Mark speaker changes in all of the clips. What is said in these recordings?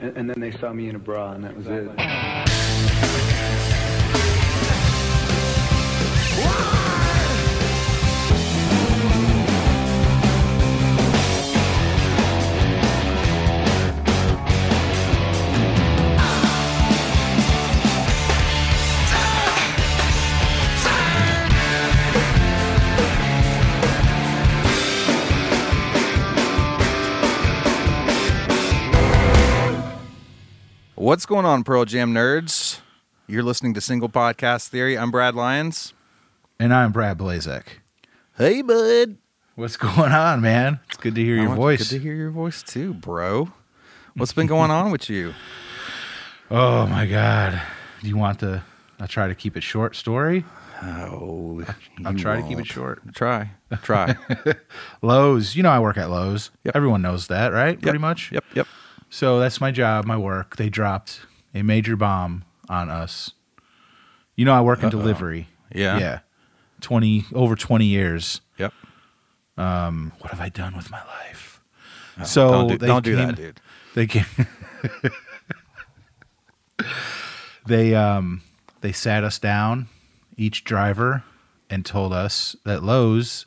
Speaker 1: And, and then they saw me in a bra, and that was it.
Speaker 2: What's going on, Pearl Jam nerds? You're listening to Single Podcast Theory. I'm Brad Lyons.
Speaker 3: And I'm Brad Blazek.
Speaker 2: Hey, bud.
Speaker 3: What's going on, man? It's good to hear your voice.
Speaker 2: Oh, Good to hear your voice too, bro. What's been going on with you?
Speaker 3: Oh my god. Do you want the I'll try to keep it short story?
Speaker 2: Oh,
Speaker 3: I'll try to keep it short.
Speaker 2: Try, try.
Speaker 3: Lowe's. You know I work at Lowe's.
Speaker 2: Yep.
Speaker 3: Everyone knows that, right? Pretty
Speaker 2: Yep.
Speaker 3: much.
Speaker 2: Yep, yep.
Speaker 3: So that's my job, my work. They dropped a major bomb on us. You know I work in delivery.
Speaker 2: Yeah.
Speaker 3: Yeah. 20 over 20 years.
Speaker 2: Yep.
Speaker 3: What have I done with my life? so
Speaker 2: don't do,
Speaker 3: they
Speaker 2: don't do
Speaker 3: came-
Speaker 2: that, dude. Oh,
Speaker 3: They came. they um they sat us down, each driver, and told us that Lowe's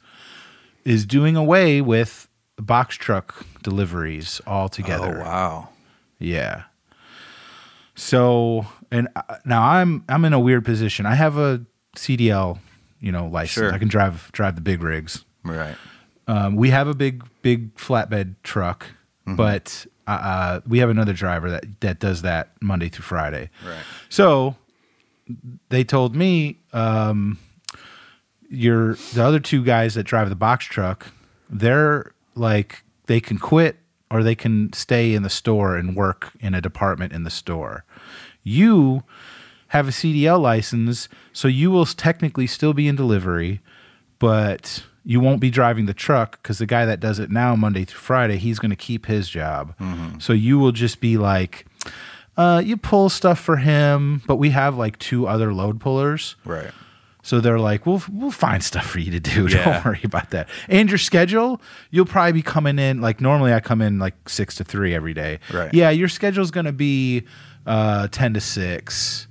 Speaker 3: is doing away with box truck deliveries altogether.
Speaker 2: Oh wow.
Speaker 3: Yeah. So and uh, now I'm I'm in a weird position. I have a CDL, you know, license.
Speaker 2: Sure.
Speaker 3: I can drive drive the big rigs.
Speaker 2: Right.
Speaker 3: Um, we have a big, big flatbed truck, but uh, uh, we have another driver that that does that Monday through Friday.
Speaker 2: Right.
Speaker 3: So they told me, um, your the other two guys that drive the box truck, they're like they can quit or they can stay in the store and work in a department in the store. You have a CDL license, so you will technically still be in delivery, but you won't be driving the truck because the guy that does it now, Monday through Friday, he's going to keep his job. So you will just be like, uh, you pull stuff for him, but we have like two other load pullers.
Speaker 2: Right.
Speaker 3: So they're like, we'll we'll find stuff for you to do.
Speaker 2: Yeah.
Speaker 3: Don't worry about that. And your schedule, you'll probably be coming in like normally. I come in like six to three every day.
Speaker 2: Right.
Speaker 3: Yeah, your schedule's gonna be uh, ten to six,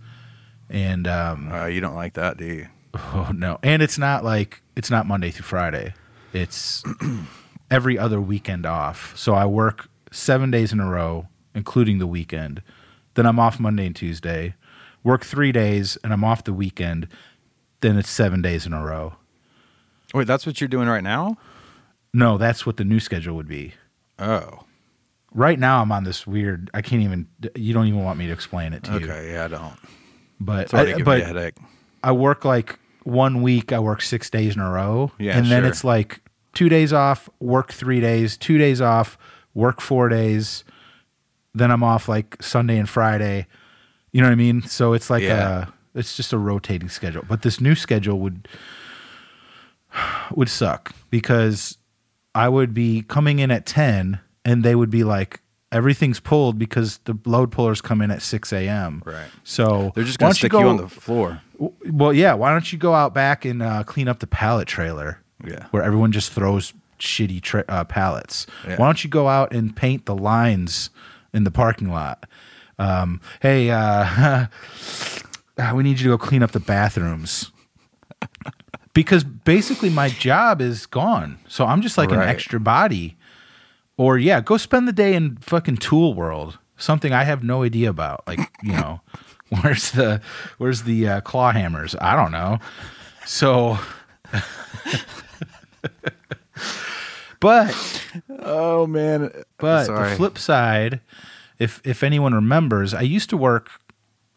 Speaker 3: and um,
Speaker 2: Uh, you don't like that, do you?
Speaker 3: oh no, and it's not like it's not Monday through Friday. It's every other weekend off. So I work seven days in a row, including the weekend. Then I'm off Monday and Tuesday. Work three days, and I'm off the weekend. Then it's seven days in a row.
Speaker 2: Wait, that's what you're doing right now?
Speaker 3: No, that's what the new schedule would be.
Speaker 2: Oh.
Speaker 3: Right now, I'm on this weird. I can't even. You don't even want me to explain it to you.
Speaker 2: Okay. Yeah, I don't.
Speaker 3: But
Speaker 2: It's already
Speaker 3: I,
Speaker 2: giving me a
Speaker 3: but
Speaker 2: headache.
Speaker 3: I work like one week. I work six days in a row.
Speaker 2: Yeah,
Speaker 3: and then
Speaker 2: sure.
Speaker 3: it's like two days off, work three days, two days off, work four days. Then I'm off like Sunday and Friday. You know what I mean? So it's like
Speaker 2: Yeah.
Speaker 3: a. It's just a rotating schedule. But this new schedule would would suck because I would be coming in at 10 and they would be like, everything's pulled because the load pullers come in at 6 a.m.
Speaker 2: Right.
Speaker 3: So
Speaker 2: They're just
Speaker 3: why
Speaker 2: gonna
Speaker 3: don't
Speaker 2: stick you,
Speaker 3: go-
Speaker 2: on the floor.
Speaker 3: w- Well, yeah. Why don't you go out back and uh, clean up the pallet trailer?
Speaker 2: Yeah.
Speaker 3: Where everyone just throws shitty tra- uh, pallets.
Speaker 2: Yeah.
Speaker 3: Why don't you go out and paint the lines in the parking lot? Um, hey, uh, Ah, we need you to go clean up the bathrooms. because basically my job is gone. So I'm just like
Speaker 2: Right.
Speaker 3: an extra body. Or yeah, go spend the day in fucking tool world. Something I have no idea about. Like, you know, where's the where's the uh, claw hammers? I don't know. So But
Speaker 2: Oh man.
Speaker 3: but
Speaker 2: Sorry.
Speaker 3: the flip side, if if anyone remembers, I used to work.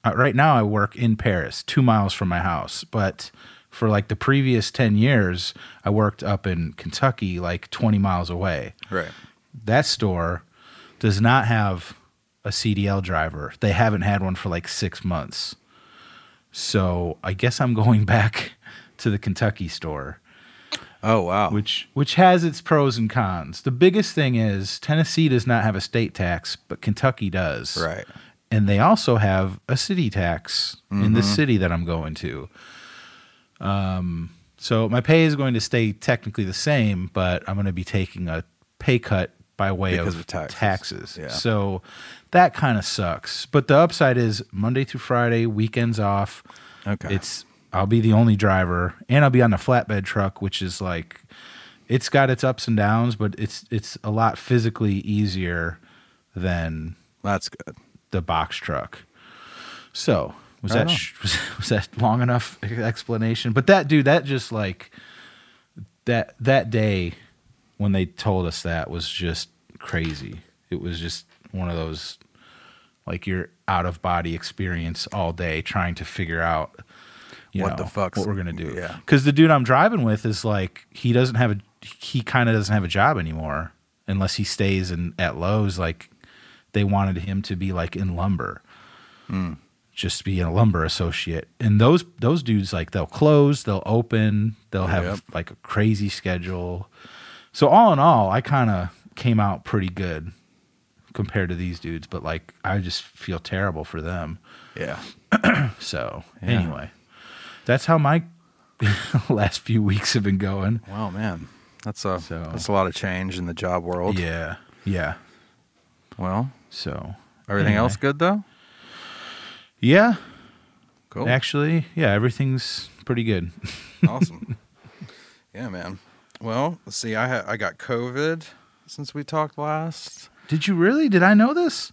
Speaker 3: Uh, right now, I work in Paris, two miles from my house. But for like the previous ten years, I worked up in Kentucky, like twenty miles away.
Speaker 2: Right.
Speaker 3: That store does not have a CDL driver. They haven't had one for like six months. So I guess I'm going back to the Kentucky store
Speaker 2: Oh wow.
Speaker 3: which which has its pros and cons. The biggest thing is Tennessee does not have a state tax, but Kentucky does.
Speaker 2: Right.
Speaker 3: And they also have a city tax in
Speaker 4: Mm-hmm.
Speaker 3: the city that I'm going to. Um so my pay is going to stay technically the same, but I'm going to be taking a pay cut by way
Speaker 4: Because
Speaker 3: of
Speaker 4: of taxes. Yeah.
Speaker 3: So that kind of sucks. But the upside is Monday through Friday, weekends off.
Speaker 4: Okay.
Speaker 3: It's I'll be the only driver and I'll be on the flatbed truck, which is like it's got its ups and downs, but it's it's a lot physically easier than
Speaker 4: That's good.
Speaker 3: the box truck. So was
Speaker 4: Right
Speaker 3: that
Speaker 4: on.
Speaker 3: sh- was, that long enough explanation? But that dude, that just like that that day when they told us that was just crazy. It was just one of those like your out of body experience all day trying to figure out you
Speaker 4: What the
Speaker 3: know,
Speaker 4: fuck's-
Speaker 3: what we're gonna do.
Speaker 4: yeah.
Speaker 3: because the dude I'm driving with is like he doesn't have a he kind of doesn't have a job anymore unless he stays in at Lowe's. Like they wanted him to be like in lumber, just be a lumber associate. And those those dudes like they'll close, they'll open, they'll have
Speaker 4: Yep.
Speaker 3: like a crazy schedule. So all in all, I kind of came out pretty good compared to these dudes, but like I just feel terrible for them.
Speaker 4: Yeah.
Speaker 3: So anyway, that's how my last few weeks have been going.
Speaker 4: Wow, man. That's a
Speaker 3: So-
Speaker 4: that's a lot of change in the job world.
Speaker 3: Yeah, yeah.
Speaker 4: Well,
Speaker 3: So
Speaker 4: everything
Speaker 3: anyway.
Speaker 4: else good though?
Speaker 3: Yeah,
Speaker 4: Cool.
Speaker 3: actually, yeah, everything's pretty good.
Speaker 4: awesome. Yeah, man. Well, let's see. I ha- I got COVID since we talked last.
Speaker 3: Did you really? Did I know this?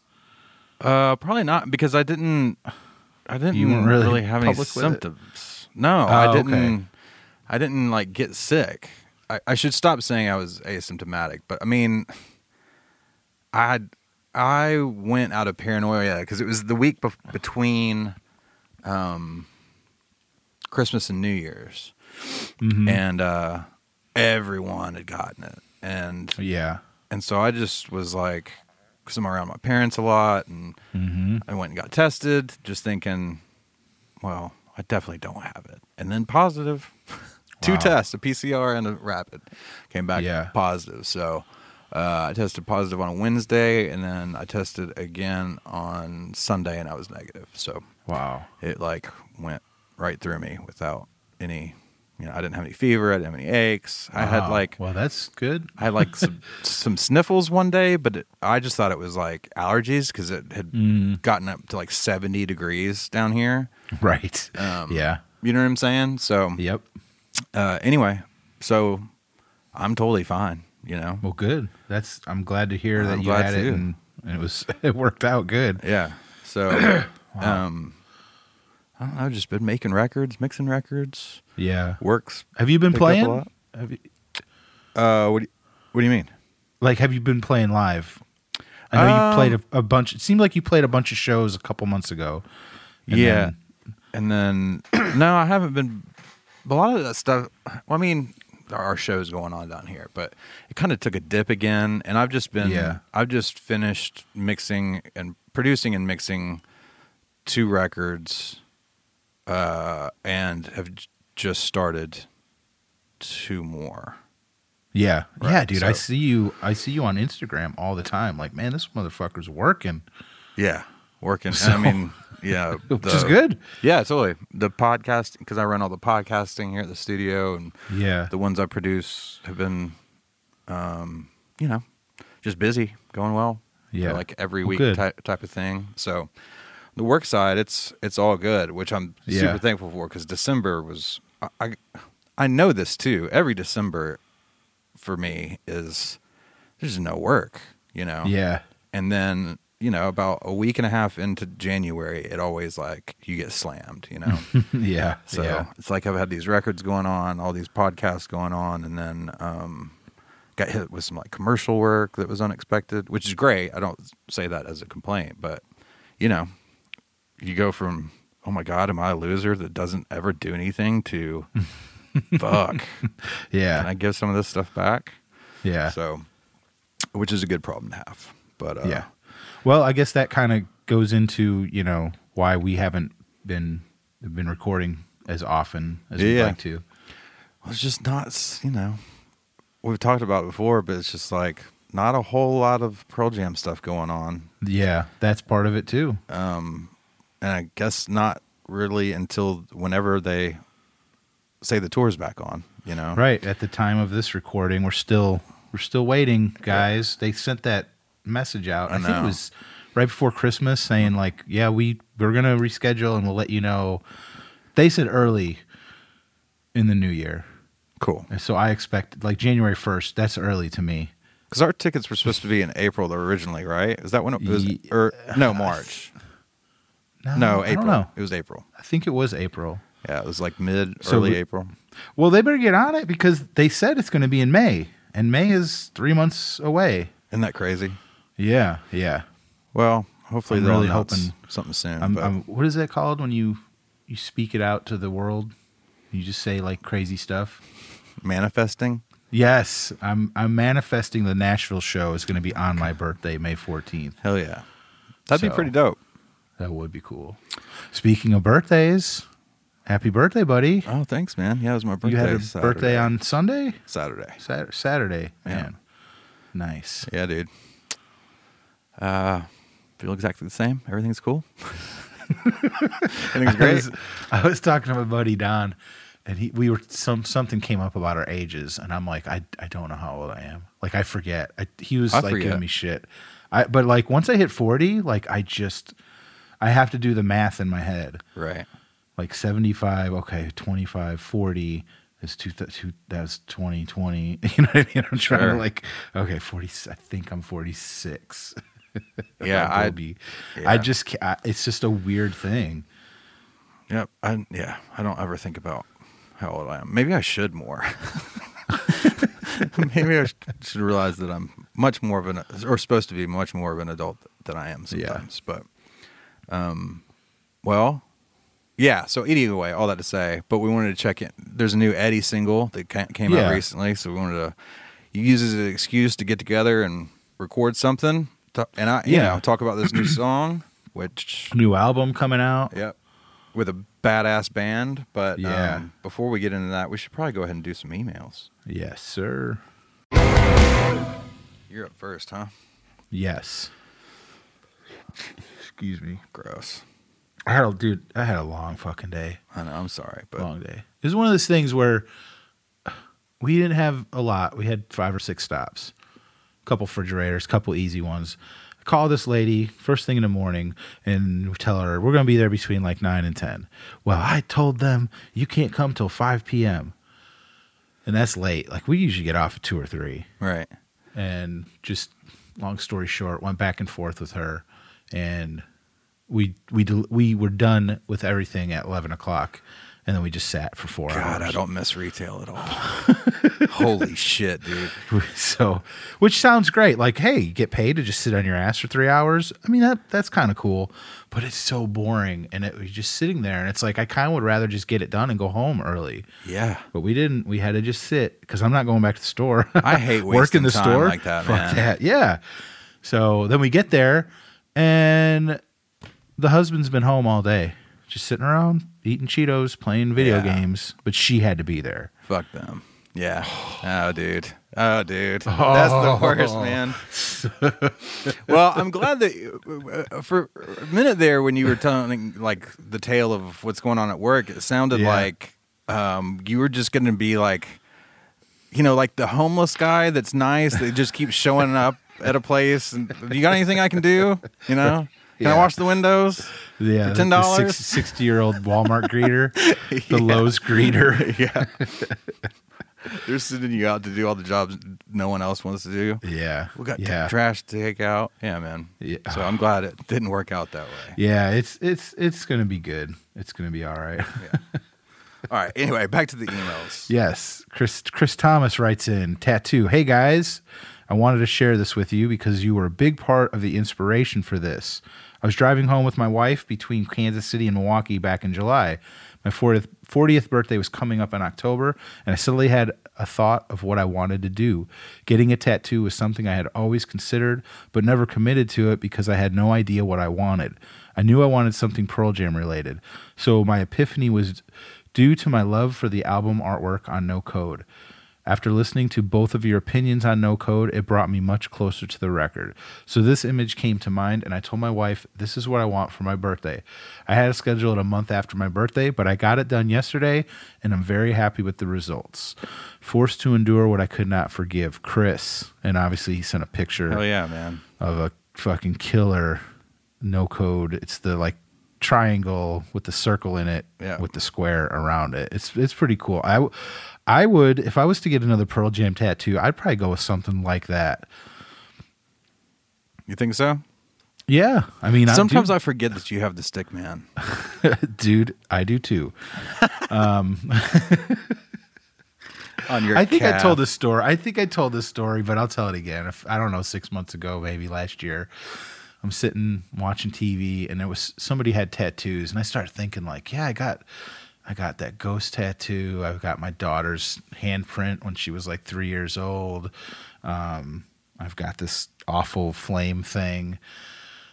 Speaker 4: Uh, probably not because I didn't. I didn't
Speaker 3: You weren't
Speaker 4: really,
Speaker 3: really
Speaker 4: have any
Speaker 3: public with it?
Speaker 4: symptoms. No,
Speaker 3: Oh,
Speaker 4: I
Speaker 3: okay.
Speaker 4: didn't. I didn't like get sick. I, I should stop saying I was asymptomatic, but I mean, I had- I went out of paranoia because it was the week bef- between um, Christmas and New Year's,
Speaker 3: Mm-hmm. Hmm.
Speaker 4: and uh, everyone had gotten it, and
Speaker 3: Yeah.
Speaker 4: and so I just was like, because I'm around my parents a lot, and
Speaker 3: Mm-hmm.
Speaker 4: I went and got tested, just thinking, well, I definitely don't have it. And then positive, two
Speaker 3: Wow.
Speaker 4: tests, a PCR and a rapid, came back
Speaker 3: Yeah.
Speaker 4: positive. So uh, I tested positive on a Wednesday, and then I tested again on Sunday, and I was negative. So
Speaker 3: Wow.
Speaker 4: it like went right through me without any, you know, I didn't have any fever, I didn't have any aches. I had
Speaker 3: Wow.
Speaker 4: like
Speaker 3: well, that's good.
Speaker 4: I had like some, some sniffles one day, but it, I just thought it was like allergies because it had
Speaker 3: Mm.
Speaker 4: gotten up to like 70 degrees down here.
Speaker 3: Right.
Speaker 4: Um,
Speaker 3: yeah.
Speaker 4: You know what I'm saying? So,
Speaker 3: Yep.
Speaker 4: uh, anyway, so I'm totally fine, you know?
Speaker 3: Well, good. That's. I'm glad to hear that
Speaker 4: I'm
Speaker 3: you
Speaker 4: glad
Speaker 3: had
Speaker 4: too.
Speaker 3: it and, and it was it worked out good.
Speaker 4: Yeah. So, um, I don't know. I've just been making records, mixing records.
Speaker 3: Yeah.
Speaker 4: Works.
Speaker 3: Have you been
Speaker 4: Picked up a
Speaker 3: playing?
Speaker 4: lot.
Speaker 3: Have you,
Speaker 4: Uh, what do you, what do you mean?
Speaker 3: like, have you been playing live? I know
Speaker 4: Um,
Speaker 3: you played a, a bunch. It seemed like you played a bunch of shows a couple months ago. And
Speaker 4: yeah.
Speaker 3: then-
Speaker 4: and then no, I haven't been. A lot of that stuff. Well, I mean, there are shows going on down here, but it kind of took a dip again, and I've just been.
Speaker 3: Yeah.
Speaker 4: I've just finished mixing and producing and mixing two records, uh, and have j- just started two more.
Speaker 3: yeah, yeah,
Speaker 4: Right,
Speaker 3: dude. I
Speaker 4: so-
Speaker 3: see you. I see you on Instagram all the time. Like, man, this motherfucker's working,
Speaker 4: Yeah, working.
Speaker 3: So-
Speaker 4: I mean, yeah,
Speaker 3: which
Speaker 4: the-
Speaker 3: is good.
Speaker 4: Yeah, totally. The podcast because I run all the podcasting here at the studio and.
Speaker 3: Yeah,
Speaker 4: the ones I produce have been, um, you know, just busy, going well.
Speaker 3: Yeah.
Speaker 4: like every
Speaker 3: Well,
Speaker 4: week
Speaker 3: good.
Speaker 4: type type of thing. So, the work side, it's it's all good, which I'm
Speaker 3: Yeah.
Speaker 4: super thankful for because December was I, I I know this too. Every December for me is there's no work, you know.
Speaker 3: yeah,
Speaker 4: And then you know about a week and a half into January, it always like you get slammed, you know.
Speaker 3: yeah.
Speaker 4: So
Speaker 3: yeah.
Speaker 4: it's like I've had these records going on, all these podcasts going on, and then um, got hit with some like commercial work that was unexpected, which is great. I don't say that as a complaint, but you know, you go from oh my god, am I a loser that doesn't ever do anything to fuck,
Speaker 3: yeah,
Speaker 4: can I give some of this stuff back?
Speaker 3: yeah,
Speaker 4: So, which is a good problem to have, but uh,
Speaker 3: yeah. Well, I guess that kind of goes into you know why we haven't been been recording as often as we'd
Speaker 4: Yeah.
Speaker 3: like to.
Speaker 4: Well, it's just not, s- you know, we've talked about it before, but it's just like not a whole lot of Pearl Jam stuff going on.
Speaker 3: Yeah, that's part of it too.
Speaker 4: And I guess not really until whenever they say the tour's back on, you know?
Speaker 3: Right at the time of this recording, we're still We're still waiting, guys. They sent that message out. I, think it
Speaker 4: know.
Speaker 3: was right before Christmas saying like, yeah, we we're going to reschedule and we'll let you know. They said early in the new year.
Speaker 4: Cool.
Speaker 3: So I expect like January 1st. That's early to me.
Speaker 4: Because our tickets were supposed to be in April originally, right? Is that when it was?
Speaker 3: Ye-
Speaker 4: Or no, March. No,
Speaker 3: I
Speaker 4: April.
Speaker 3: don't know.
Speaker 4: It was April.
Speaker 3: I think it was April.
Speaker 4: Yeah, it was like mid,
Speaker 3: So
Speaker 4: early
Speaker 3: we-
Speaker 4: April.
Speaker 3: Well, they better get on it because they said it's going to be in May, and May is three months away.
Speaker 4: Isn't that crazy?
Speaker 3: Yeah, yeah.
Speaker 4: Well, hopefully
Speaker 3: I'm
Speaker 4: they'll
Speaker 3: really
Speaker 4: announce
Speaker 3: hoping-
Speaker 4: something soon.
Speaker 3: I'm,
Speaker 4: but
Speaker 3: I'm, what is that called when you you speak it out to the world? You just say like crazy stuff.
Speaker 4: manifesting.
Speaker 3: Yes, I'm I'm manifesting the Nashville show is going to be on my birthday, May 14th.
Speaker 4: Hell yeah, that'd
Speaker 3: So-
Speaker 4: be pretty dope.
Speaker 3: That would be cool. Speaking of birthdays, happy birthday, buddy!
Speaker 4: Oh, thanks, man. Yeah, it was my birthday.
Speaker 3: you had a
Speaker 4: Saturday.
Speaker 3: birthday on Sunday,
Speaker 4: Saturday.
Speaker 3: Sat- Saturday.
Speaker 4: Yeah.
Speaker 3: Man, nice.
Speaker 4: Yeah, dude. Uh, feel exactly the same. Everything's cool. Everything's
Speaker 3: I
Speaker 4: great.
Speaker 3: was, I was talking to my buddy Don, and he we were some something came up about our ages, and I'm like, I, I don't know how old I am. Like I forget. I, he was
Speaker 4: I
Speaker 3: like giving
Speaker 4: forget.
Speaker 3: me shit. I but like once I hit forty, like I just I have to do the math in my head.
Speaker 4: Right.
Speaker 3: Like seventy five, okay, 25, 40 is two, th- two that's twenty twenty. You know what I mean? I'm trying
Speaker 4: Sure.
Speaker 3: to like okay, forty. I think I'm forty six.
Speaker 4: Yeah,
Speaker 3: I
Speaker 4: I-
Speaker 3: will be. I
Speaker 4: yeah.
Speaker 3: just ca- I, it's just a weird thing.
Speaker 4: Yep. I yeah. I don't ever think about how old I am. Maybe I should more. Maybe I sh- should realize that I'm much more of an or supposed to be much more of an adult than I am
Speaker 3: Yeah.
Speaker 4: sometimes. But um, well, yeah. So either way, all that to say, but we wanted to check in. There's a new Eddie single that ca- came
Speaker 3: Yeah.
Speaker 4: out recently, so we wanted to use it as an excuse to get together and record something. to- and I, you
Speaker 3: Yeah.
Speaker 4: know, talk about this new song, which
Speaker 3: New album coming out.
Speaker 4: Yep. With a badass band. But
Speaker 3: Yeah.
Speaker 4: um, before we get into that, we should probably go ahead and do some emails.
Speaker 3: Yes, sir.
Speaker 4: You're up first, huh?
Speaker 3: Yes. Excuse me.
Speaker 4: Gross.
Speaker 3: I had a dude. I had a long fucking day.
Speaker 4: I know. I'm sorry, but
Speaker 3: long day. It was one of those things where we didn't have a lot. We had five or six stops, a couple refrigerators, a couple easy ones. I call this lady first thing in the morning and we tell her we're going to be there between like nine and ten. Well, I told them you can't come till five p.m. And that's late. Like we usually get off at two or three.
Speaker 4: right.
Speaker 3: and just long story short, went back and forth with her, and we we del- we were done with everything at eleven o'clock, and then we just sat for four
Speaker 4: God, I
Speaker 3: hours.
Speaker 4: don't miss retail at all. Holy shit, dude.
Speaker 3: so, which sounds great. Like, hey, you get paid to just sit on your ass for three hours. I mean, that that's kind of cool, but it's so boring, and it was just sitting there, and it's like I kind of would rather just get it done and go home early.
Speaker 4: Yeah.
Speaker 3: But we didn't. We had to just sit because I'm not going back to the store.
Speaker 4: I hate
Speaker 3: work in
Speaker 4: wasting
Speaker 3: the
Speaker 4: time
Speaker 3: store
Speaker 4: like that,
Speaker 3: Fuck
Speaker 4: man.
Speaker 3: that. Yeah. So then we get there, and the husband's been home all day, just sitting around eating Cheetos, playing video
Speaker 4: Yeah.
Speaker 3: games. But she had to be there.
Speaker 4: Fuck them. Yeah. Oh, dude. Oh, dude. That's the worst, man. well, I'm glad that uh, for a minute there, when you were telling like the tale of what's going on at work, it sounded
Speaker 3: Yeah.
Speaker 4: like um, you were just going to be like, you know, like the homeless guy that's nice that just keeps showing up at a place. And you got anything I can do? You know, can I
Speaker 3: Yeah.
Speaker 4: wash the windows?
Speaker 3: Yeah,
Speaker 4: For $10?
Speaker 3: sixty-year-old Walmart greeter, the Lowe's greeter.
Speaker 4: yeah. They're sending you out to do all the jobs no one else wants to do.
Speaker 3: Yeah,
Speaker 4: We got t-
Speaker 3: yeah.
Speaker 4: trash to take out. Yeah, man.
Speaker 3: Yeah.
Speaker 4: So I'm glad it didn't work out that way.
Speaker 3: yeah, it's it's it's gonna be good. It's gonna be all right.
Speaker 4: All right. Anyway, back to the emails.
Speaker 3: Yes. Chris Chris Thomas writes in tattoo. Hey guys, I wanted to share this with you because you were a big part of the inspiration for this. I was driving home with my wife between Kansas City and Milwaukee back in July. My 40th, 40th birthday was coming up in October, and I suddenly had a thought of what I wanted to do. Getting a tattoo was something I had always considered, but never committed to it because I had no idea what I wanted. I knew I wanted something Pearl Jam related. So my epiphany was due to my love for the album artwork on No Code. After listening to both of your opinions on no code, it brought me much closer to the record. So this image came to mind, and I told my wife, This is what I want for my birthday. I had it scheduled a month after my birthday, but I got it done yesterday, and I'm very happy with the results. Forced to endure what I could not forgive. Chris. And obviously, he sent a picture
Speaker 4: Hell yeah, man.
Speaker 3: of a fucking killer no code. It's the like triangle with the circle in it
Speaker 4: Yeah.
Speaker 3: with the square around it. It's it's pretty cool. I w- I would if I was to get another Pearl Jam tattoo, I'd probably go with something like that.
Speaker 4: You think so?
Speaker 3: Yeah, I mean,
Speaker 4: Sometimes
Speaker 3: I
Speaker 4: I forget that you have the stick man.
Speaker 3: do, dude, I do too.
Speaker 4: on your
Speaker 3: I think I
Speaker 4: calf.
Speaker 3: told this story. I think I told this story, but I'll tell it again. If I don't know, six months ago, maybe last year, I'm sitting watching TV, and there was somebody had tattoos, and I started thinking like, yeah, I got, I got that ghost tattoo. I've got my daughter's handprint when she was like three years old. Um, I've got this awful flame thing.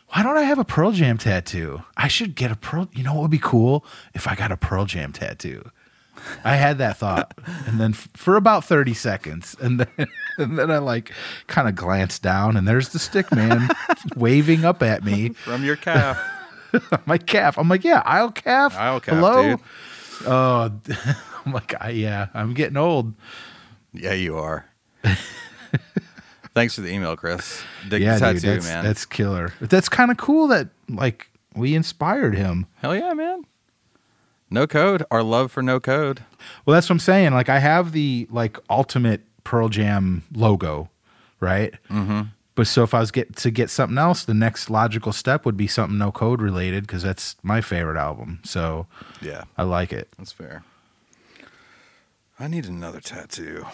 Speaker 3: Why don't I have a Pearl Jam tattoo? I should get a Pearl. You know what would be cool if I got a Pearl Jam tattoo. I had that thought, and then f- for about thirty seconds, and then and then I like kind of glanced down, and there's the stick man waving up at me
Speaker 4: from your calf.
Speaker 3: on my calf. I'm like, yeah, I'll calf.
Speaker 4: I'll calf, dude.
Speaker 3: Oh, I'm like, I, yeah, I'm getting old.
Speaker 4: yeah, you are. Thanks for the email, Chris. Dig
Speaker 3: yeah,
Speaker 4: the tattoo,
Speaker 3: dude, that's,
Speaker 4: man.
Speaker 3: that's killer. But that's kind of cool that like we inspired him.
Speaker 4: Hell yeah, man. No code. Our love for no code.
Speaker 3: Well, that's what I'm saying. Like I have the like ultimate Pearl Jam logo, right? Mm-hmm. But so if I was get to get something else, the next logical step would be something no code related because that's my favorite album. So
Speaker 4: Yeah,
Speaker 3: I like it.
Speaker 4: that's fair. I need another tattoo.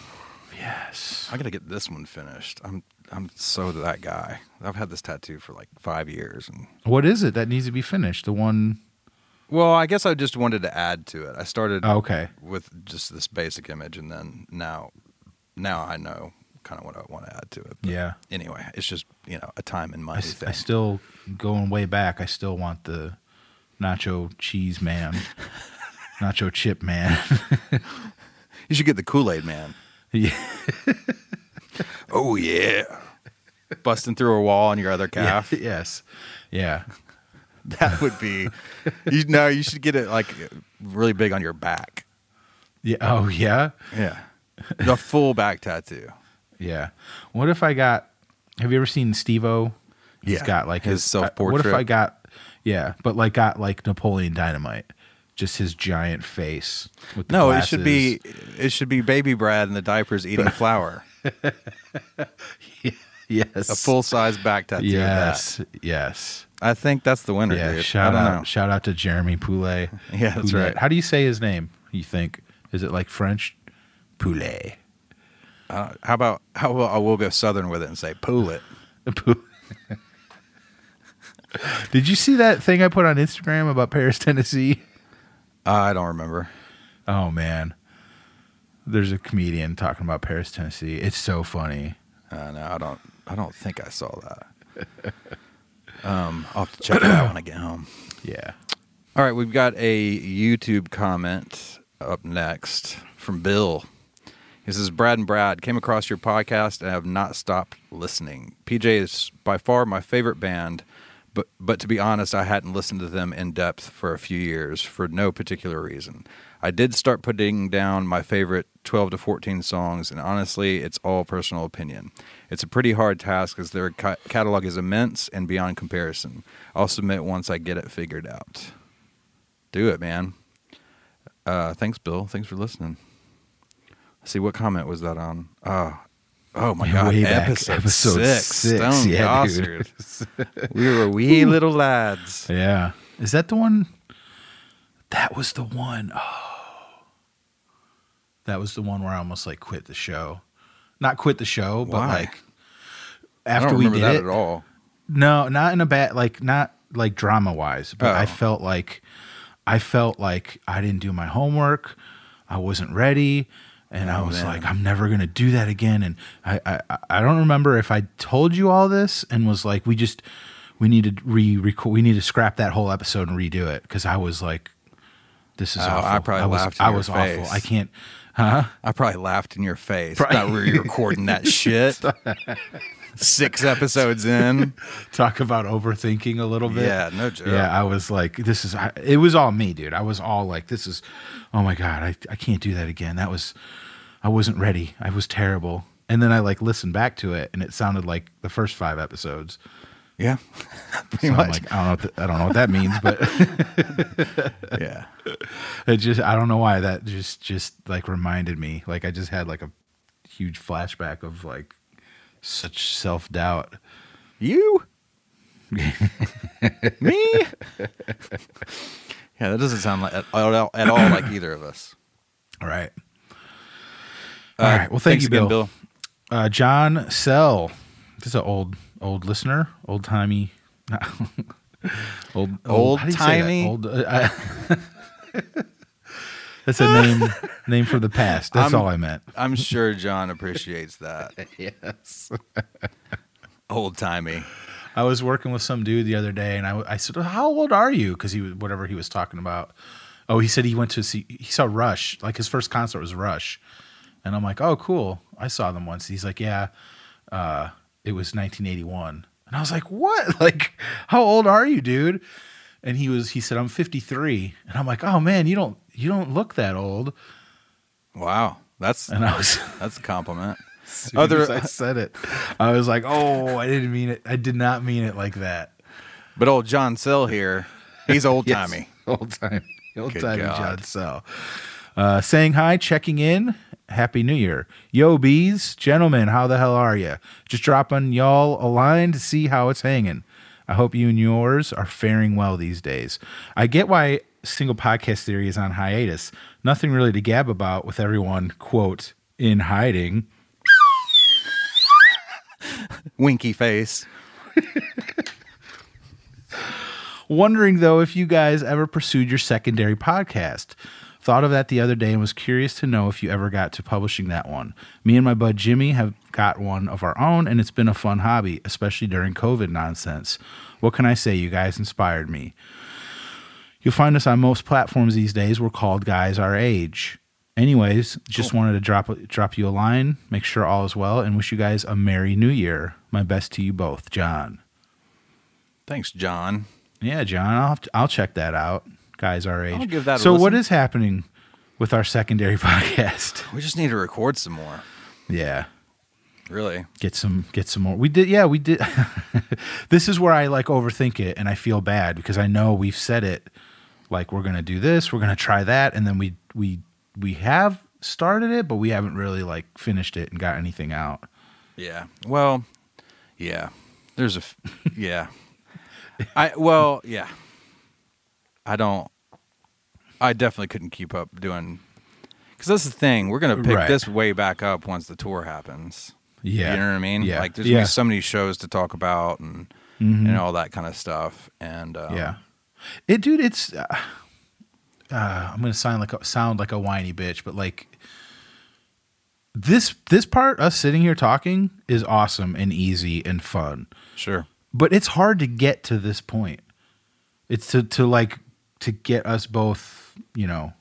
Speaker 3: Yes.
Speaker 4: I gotta get this one finished. I'm I'm so that guy. I've had this tattoo for like five years, and
Speaker 3: What is it that needs to be finished? The one.
Speaker 4: well, I guess I just wanted to add to it. I started
Speaker 3: Oh, okay.
Speaker 4: with just this basic image, and then now, now I know kind of what I want to add to it. But
Speaker 3: Yeah.
Speaker 4: Anyway, it's just you know a time and
Speaker 3: I,
Speaker 4: money
Speaker 3: s-
Speaker 4: thing.
Speaker 3: I still going way back. I still want the nacho cheese man, nacho chip man.
Speaker 4: you should get the Kool Aid Man.
Speaker 3: yeah.
Speaker 4: Oh yeah, busting through a wall on your other calf.
Speaker 3: Yes. Yeah.
Speaker 4: That would be. You no, you should get it like really big on your back.
Speaker 3: Yeah. Oh yeah.
Speaker 4: Yeah, the full back tattoo.
Speaker 3: Yeah. What if I got? Have you ever seen Stevo? He's
Speaker 4: Yeah,
Speaker 3: got like
Speaker 4: his
Speaker 3: his, uh, What
Speaker 4: self-portrait.
Speaker 3: if I got? Yeah, but like got like Napoleon Dynamite, just his giant face with the
Speaker 4: No, it should be
Speaker 3: glasses.
Speaker 4: it should be baby Brad in the diapers eating flour.
Speaker 3: yes,
Speaker 4: A full size back tattoo. of that.
Speaker 3: yes, yes.
Speaker 4: I think that's the winner,
Speaker 3: Yeah,
Speaker 4: dude.
Speaker 3: shout
Speaker 4: I don't
Speaker 3: out,
Speaker 4: know.
Speaker 3: shout out to Jeremy Poulet.
Speaker 4: Yeah, that's
Speaker 3: Poulet.
Speaker 4: right.
Speaker 3: How do you say his name? You think is it like French? Poulet.
Speaker 4: Uh, how about how about I will go southern with it and say pool it.
Speaker 3: Pou- Did you see that thing I put on Instagram about Paris, Tennessee?
Speaker 4: I don't remember.
Speaker 3: Oh man, there's a comedian talking about Paris, Tennessee. It's so funny.
Speaker 4: Uh, no, I don't. I don't think I saw that. Um, I'll have to check it out when I get home.
Speaker 3: Yeah.
Speaker 4: All right, we've got a YouTube comment up next from Bill. He says, Brad and Brad, came across your podcast and have not stopped listening. PJ is by far my favorite band, but, but to be honest, I hadn't listened to them in depth for a few years for no particular reason. I did start putting down my favorite 12 to 14 songs, and honestly, it's all personal opinion. It's a pretty hard task as their ca- catalog is immense and beyond comparison. I'll submit once I get it figured out. Do it, man. Uh, thanks, Bill. Thanks for listening. Let's see what comment was that on? Oh, oh my god,
Speaker 3: Way back,
Speaker 4: episode,
Speaker 3: episode
Speaker 4: six,
Speaker 3: six.
Speaker 4: Stone
Speaker 3: Yeah,
Speaker 4: Gossard. we were wee little lads.
Speaker 3: Yeah. Is that the one? That was the one. Oh. That was the one where I almost like quit the show. Not quit the show, but
Speaker 4: Why?
Speaker 3: like
Speaker 4: I
Speaker 3: after
Speaker 4: don't
Speaker 3: we
Speaker 4: remember
Speaker 3: did
Speaker 4: that
Speaker 3: it.
Speaker 4: at all.
Speaker 3: No, not in a bad like not like drama wise, but
Speaker 4: Oh.
Speaker 3: I felt like I felt like I didn't do my homework. I wasn't ready. And I
Speaker 4: Oh,
Speaker 3: was
Speaker 4: man.
Speaker 3: like, I'm never gonna do that again. And I, I I- I don't remember if I told you all this and was like, we just we need to re record we need to scrap that whole episode and redo it because I was like This is
Speaker 4: Oh,
Speaker 3: awful.
Speaker 4: I probably
Speaker 3: was,
Speaker 4: laughed in
Speaker 3: I
Speaker 4: your
Speaker 3: was
Speaker 4: face.
Speaker 3: awful. I can't. Huh?
Speaker 4: I probably laughed in your face
Speaker 3: Probably.
Speaker 4: about where you're recording that shit. Six episodes in.
Speaker 3: Talk about overthinking a little bit.
Speaker 4: Yeah, no joke.
Speaker 3: Yeah, I was like, this is, I, it was all me, dude. I was all like, this is, oh my God, I, I can't do that again. That was, I wasn't ready. I was terrible. And then I like listened back to it and it sounded like the first five episodes.
Speaker 4: Yeah. Pretty
Speaker 3: So I'm
Speaker 4: much.
Speaker 3: like, I don't know, what th- I don't know what that means, but
Speaker 4: yeah.
Speaker 3: it just, I don't know why that just, just like reminded me. Like I just had like a huge flashback of like such self doubt.
Speaker 4: You? Me? yeah, that doesn't sound like at, all, at all like either of us.
Speaker 3: All right.
Speaker 4: Uh,
Speaker 3: All right. Well, thank
Speaker 4: thanks
Speaker 3: you,
Speaker 4: again,
Speaker 3: Bill. Uh, John Sell. This is an old, old listener, old timey, old, how do you say
Speaker 4: Old-timey?
Speaker 3: that? Old, uh, I- that's a name, name from the past. That's
Speaker 4: I'm-
Speaker 3: all I meant.
Speaker 4: I'm sure John appreciates that.
Speaker 3: Yes.
Speaker 4: Old timey.
Speaker 3: I was working with some dude the other day, and I, I said, "How old are you?" Because he was whatever he was talking about. Oh, he said he went to see he saw Rush. Like his first concert was Rush, and I'm like, "Oh, cool! I saw them once." He's like, "Yeah, uh, it was 1981," and I was like, "What? Like, how old are you, dude?" And he was he said, "I'm 53," and I'm like, "Oh man, you don't you don't look that old."
Speaker 4: Wow. That's
Speaker 3: And I was.
Speaker 4: that's a compliment.
Speaker 3: As soon
Speaker 4: Other-
Speaker 3: as I said it. I was like, "Oh, I didn't mean it. I did not mean it like that."
Speaker 4: But old John Sill here, he's old timey.
Speaker 3: Old time. Old
Speaker 4: Good
Speaker 3: timey
Speaker 4: God.
Speaker 3: John Sell. Uh, saying hi, checking in. Happy New Year. Yo, bees, gentlemen, how the hell are ya? Just dropping y'all a line to see how it's hanging. I hope you and yours are faring well these days. I get why single podcast theory is on hiatus. Nothing really to gab about with everyone, quote, in hiding.
Speaker 4: Winky face.
Speaker 3: Wondering though if you guys ever pursued your secondary podcast. Thought of that the other day and was curious to know if you ever got to publishing that one. Me and my bud Jimmy have got one of our own, and it's been a fun hobby, especially during COVID nonsense. What can I say? You guys inspired me. You'll find us on most platforms these days. We're called Guys Our Age. Anyways, just wanted to drop drop you a line, make sure all is well, and wish you guys a Merry New Year. My best to you both, John.
Speaker 4: Thanks, John.
Speaker 3: Yeah, John, I'll have to- I'll check that out. Guys our age.
Speaker 4: I'll give that a
Speaker 3: so what
Speaker 4: listen.
Speaker 3: is happening with our secondary podcast?
Speaker 4: We just need to record some more.
Speaker 3: Yeah.
Speaker 4: Really.
Speaker 3: Get some get some more. We did yeah, we did this is where I like overthink it and I feel bad because I know we've said it like we're gonna do this, we're gonna try that, and then we we we have started it, but we haven't really like finished it and got anything out.
Speaker 4: Yeah. Well, yeah. There's a f- yeah. I well, yeah. I don't I definitely couldn't keep up doing cuz that's the thing. We're going to pick
Speaker 3: Right.
Speaker 4: this way back up once the tour happens.
Speaker 3: Yeah.
Speaker 4: You know what I mean?
Speaker 3: Yeah.
Speaker 4: Like there's
Speaker 3: yeah. Mm-hmm.
Speaker 4: gonna be so many shows to talk about and and all that kind of stuff and um,
Speaker 3: yeah. It, dude, it's. Uh, uh, I'm gonna sound like a, sound like a whiny bitch, but like this this part, us sitting here talking, is awesome and easy and fun.
Speaker 4: Sure.
Speaker 3: But it's hard to get to this point. It's to to like to get us both, you know,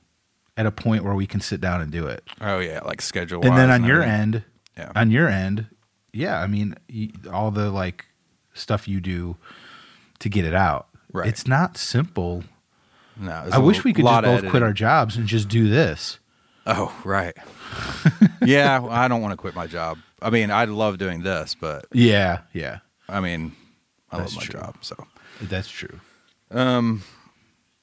Speaker 3: at a point where we can sit down and do it.
Speaker 4: Oh yeah, like schedule
Speaker 3: and then on your end,
Speaker 4: Yeah.
Speaker 3: on your end, yeah, I mean, y all the like stuff you do to get it out.
Speaker 4: Right.
Speaker 3: It's not simple
Speaker 4: No, it's
Speaker 3: I
Speaker 4: a
Speaker 3: wish
Speaker 4: l-
Speaker 3: we could just
Speaker 4: lot
Speaker 3: both
Speaker 4: of
Speaker 3: quit our
Speaker 4: editing.
Speaker 3: jobs and just do this.
Speaker 4: Oh, right. yeah, well, I don't want to quit my job. I mean, I love doing this, but
Speaker 3: Yeah, yeah,
Speaker 4: I mean, I
Speaker 3: That's
Speaker 4: love my
Speaker 3: true.
Speaker 4: job. So Um,
Speaker 3: that's true.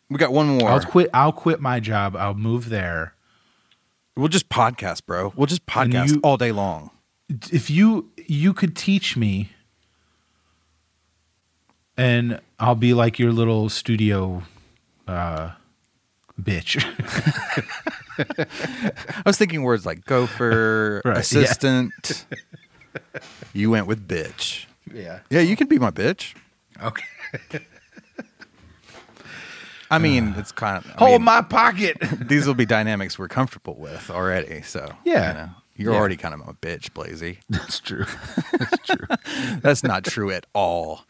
Speaker 4: we got one more.
Speaker 3: I'll quit. I'll quit my job. I'll move there.
Speaker 4: we'll just podcast, bro. We'll just
Speaker 3: And
Speaker 4: podcast
Speaker 3: you-
Speaker 4: all day long.
Speaker 3: If you you could teach me, and I'll be like your little studio, uh, bitch.
Speaker 4: I was thinking words like gopher,
Speaker 3: Right, yeah.
Speaker 4: assistant. you went with bitch.
Speaker 3: yeah.
Speaker 4: Yeah, you can be my bitch.
Speaker 3: Okay.
Speaker 4: I mean, it's kind of I
Speaker 3: Uh, Hold
Speaker 4: mean,
Speaker 3: my pocket.
Speaker 4: These will be dynamics we're comfortable with already. So
Speaker 3: Yeah.
Speaker 4: you know. You're
Speaker 2: Yeah.
Speaker 4: already kind of a bitch, Blazy.
Speaker 2: That's true.
Speaker 4: That's not true at all.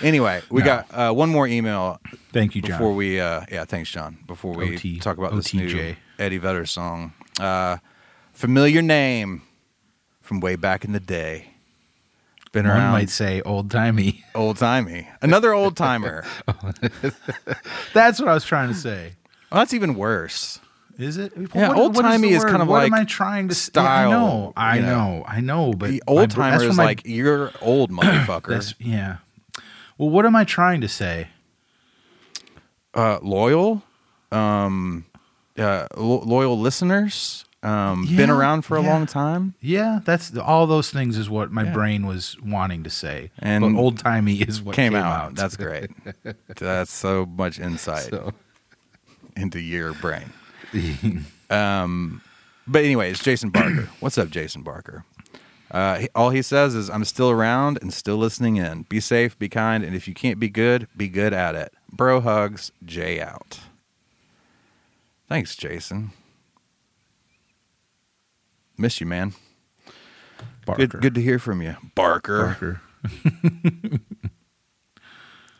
Speaker 4: Anyway, we got uh, one more email
Speaker 3: Thank you, John.
Speaker 4: before we. Uh, yeah, thanks, John. Before we
Speaker 3: OT
Speaker 4: talk about this new
Speaker 3: OTJ.
Speaker 4: Eddie Vedder song, uh, familiar name from way back in the day. Been
Speaker 3: One
Speaker 4: around,
Speaker 3: might say old timey.
Speaker 4: old timey. Another old timer.
Speaker 3: That's what I was trying to say.
Speaker 4: well, that's even worse.
Speaker 3: Is it?
Speaker 4: Yeah,
Speaker 3: What- what the
Speaker 4: old-timey is
Speaker 3: word?
Speaker 4: kind of
Speaker 3: what am
Speaker 4: like
Speaker 3: I trying to
Speaker 4: style,
Speaker 3: I know, I
Speaker 4: you know.
Speaker 3: know, I know. But
Speaker 4: The
Speaker 3: my br-
Speaker 4: old timer
Speaker 3: that's what
Speaker 4: is
Speaker 3: my-
Speaker 4: like you're old,
Speaker 3: that's,
Speaker 4: motherfucker.
Speaker 3: yeah. Well, what am I trying to say?
Speaker 4: Uh, loyal, um, uh, lo- loyal listeners. Um, been
Speaker 3: Yeah,
Speaker 4: around for a
Speaker 3: yeah.
Speaker 4: long time.
Speaker 3: Yeah, that's all those things is what my brain was wanting to say.
Speaker 4: And
Speaker 3: but old timey is what
Speaker 4: came, out. That's great. That's so much insight into your brain. um, but anyways, Jason Barker. What's up, Jason Barker? Uh, he- all he says is, "I'm still around and still listening in. Be safe, be kind, and if you can't be good, be good at it." Bro hugs. Jay out. Thanks, Jason. Miss you, man.
Speaker 3: Barker.
Speaker 4: Good, good to hear from you, Barker.
Speaker 3: Barker.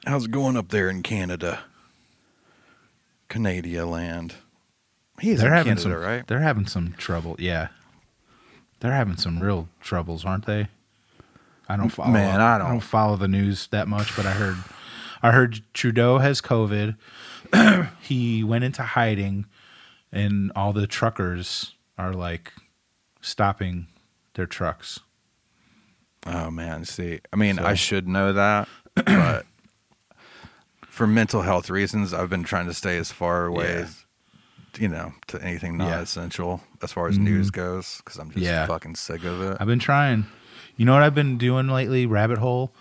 Speaker 4: How's it going up there in Canada? Canada land. He's
Speaker 3: They're
Speaker 4: in
Speaker 3: having
Speaker 4: Canada,
Speaker 3: some.
Speaker 4: right?
Speaker 3: They're having some trouble. Yeah, they're having some real troubles, aren't they? I don't follow.
Speaker 4: Man, I don't-
Speaker 3: follow the news that much, but I heard. I heard Trudeau has COVID. he went into hiding, and all the truckers are like stopping their trucks.
Speaker 4: Oh man, see. I mean, I
Speaker 3: So-
Speaker 4: should know that, but for mental health reasons, I've been trying to stay as far away
Speaker 3: Yeah.
Speaker 4: as you know, to anything
Speaker 3: Yeah. Mm-hmm.
Speaker 4: non-essential as far as news goes cuz I'm just
Speaker 3: Yeah.
Speaker 4: fucking sick of it.
Speaker 3: I've been trying. You know what I've been doing lately? Rabbit hole.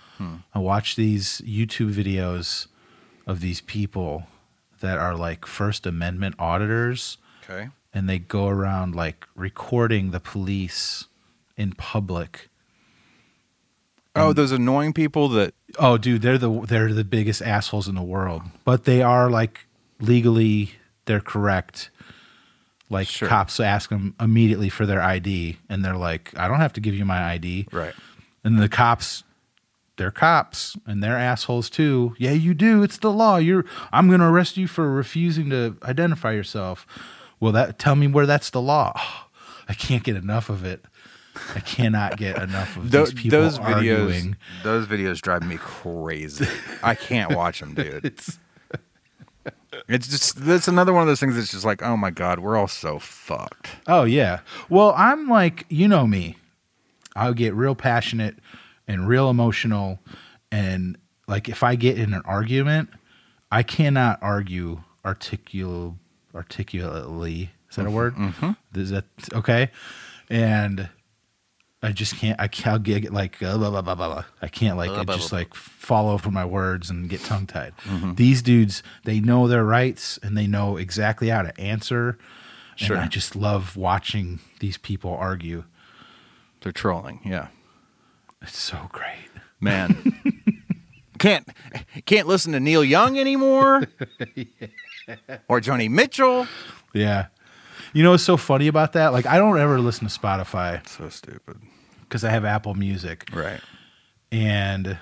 Speaker 3: I watch these YouTube videos of these people that are like First Amendment auditors,
Speaker 4: Okay.
Speaker 3: and they go around like recording the police in public.
Speaker 4: Oh, those annoying people that
Speaker 3: Oh, dude, they're the they're the biggest assholes in the world. But they are like legally they're correct. Like
Speaker 4: Sure.
Speaker 3: cops ask them immediately for their ID, and they're like, "I don't have to give you my ID."
Speaker 4: right.
Speaker 3: And the cops, they're cops and they're assholes too. Yeah, you do. It's the law. You're I'm going to arrest you for refusing to identify yourself. Well, that tell me where that's the law. Oh, I can't get enough of it. I cannot get enough of
Speaker 4: Tho-
Speaker 3: these people
Speaker 4: those videos
Speaker 3: arguing.
Speaker 4: those videos drive me crazy. I can't watch them, dude.
Speaker 3: It's
Speaker 4: It's just that's another one of those things that's just like, oh my god, we're all so fucked.
Speaker 3: Oh yeah. Well, I'm like, you know me. I'll get real passionate and real emotional and like if I get in an argument, I cannot argue articul articulately. Is that a word? Is that okay? And I just can't. I can't I'll get like uh, blah, blah, blah, blah, blah. Mm-hmm. I can't like it just like fall over my words and get tongue tied. These dudes, they know their rights and they know exactly how to answer.
Speaker 4: Sure.
Speaker 3: And I just love watching these people argue.
Speaker 4: They're trolling, yeah,
Speaker 3: It's so great.
Speaker 4: man. can't can't listen to Neil Young anymore, or Joni Mitchell.
Speaker 3: Yeah. You know what's so funny about that? Like I don't ever listen to Spotify
Speaker 4: So stupid,
Speaker 3: because I have Apple Music.
Speaker 4: right?
Speaker 3: and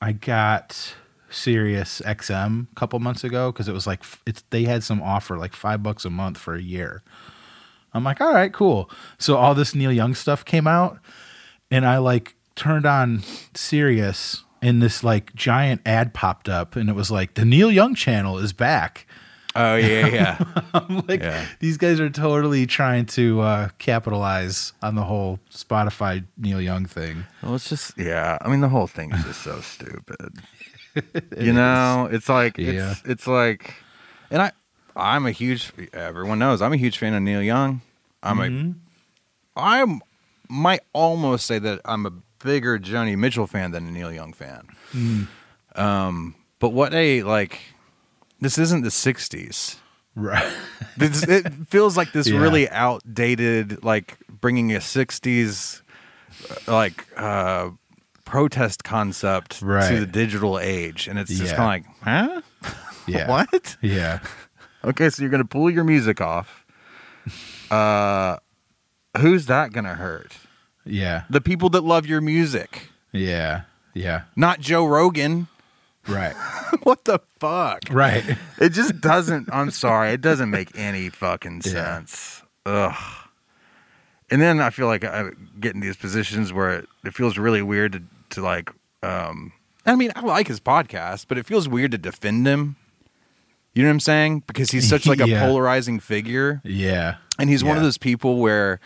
Speaker 3: I got Sirius XM a couple months ago because it was like f- it's they had some offer like five bucks a month for a year. I'm like, all right, cool. So all this Neil Young stuff came out, and I like turned on Sirius, and this like giant ad popped up, and it was like the Neil Young channel is back.
Speaker 4: Oh yeah, yeah.
Speaker 3: I'm like,
Speaker 4: Yeah.
Speaker 3: these guys are totally trying to uh, capitalize on the whole Spotify Neil Young thing.
Speaker 4: well, it's just yeah. I mean, the whole thing's just so stupid. you know, it's like it's it's like, and I I'm a huge. Everyone knows I'm a huge fan of Neil Young. I'm a I'm might almost say that I'm a bigger Joni Mitchell fan than a Neil Young fan. Um, but what a like. This isn't the '60s.
Speaker 3: Right.
Speaker 4: This, it feels like this
Speaker 3: Yeah.
Speaker 4: really outdated, like bringing a '60s, uh, like uh, protest concept to
Speaker 3: Right.
Speaker 4: the digital age, and it's just
Speaker 3: Yeah.
Speaker 4: kind of like, huh?
Speaker 3: Yeah.
Speaker 4: What?
Speaker 3: Yeah.
Speaker 4: Okay, so you're gonna pull your music off. Uh, who's that gonna hurt?
Speaker 3: Yeah.
Speaker 4: The people that love your music,
Speaker 3: Yeah. Yeah.
Speaker 4: not Joe Rogan.
Speaker 3: Right.
Speaker 4: what the fuck?
Speaker 3: right.
Speaker 4: It just doesn't. I'm sorry. It doesn't make any fucking
Speaker 3: Yeah.
Speaker 4: sense. Ugh. And then I feel like I get in these positions where it, it feels really weird to, to like. Um, I mean, I like his podcast, but it feels weird to defend him. You know what I'm saying? Because he's such like a
Speaker 3: Yeah.
Speaker 4: polarizing figure.
Speaker 3: Yeah.
Speaker 4: And he's one of
Speaker 3: Yeah.
Speaker 4: those people where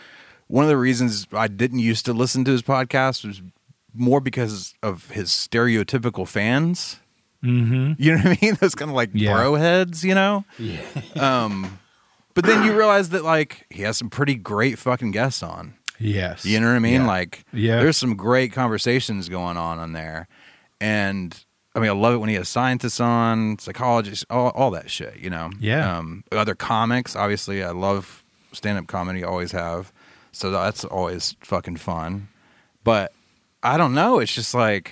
Speaker 4: one of the reasons I didn't used to listen to his podcast was more because of his stereotypical fans.
Speaker 3: Mm-hmm.
Speaker 4: You know what I mean? Those kind of like
Speaker 3: Yeah.
Speaker 4: bro heads, you know?
Speaker 3: Yeah.
Speaker 4: Um, but then you realize that like he has some pretty great fucking guests on.
Speaker 3: Yes.
Speaker 4: You know what I mean?
Speaker 3: Yeah.
Speaker 4: Like,
Speaker 3: Yeah.
Speaker 4: there's some great conversations going on on there, and I mean, I love it when he has scientists on, psychologists, all, all that shit. You know?
Speaker 3: Yeah.
Speaker 4: Um, other comics, obviously, I love stand up comedy. Always have, so that's always fucking fun. But I don't know. It's just like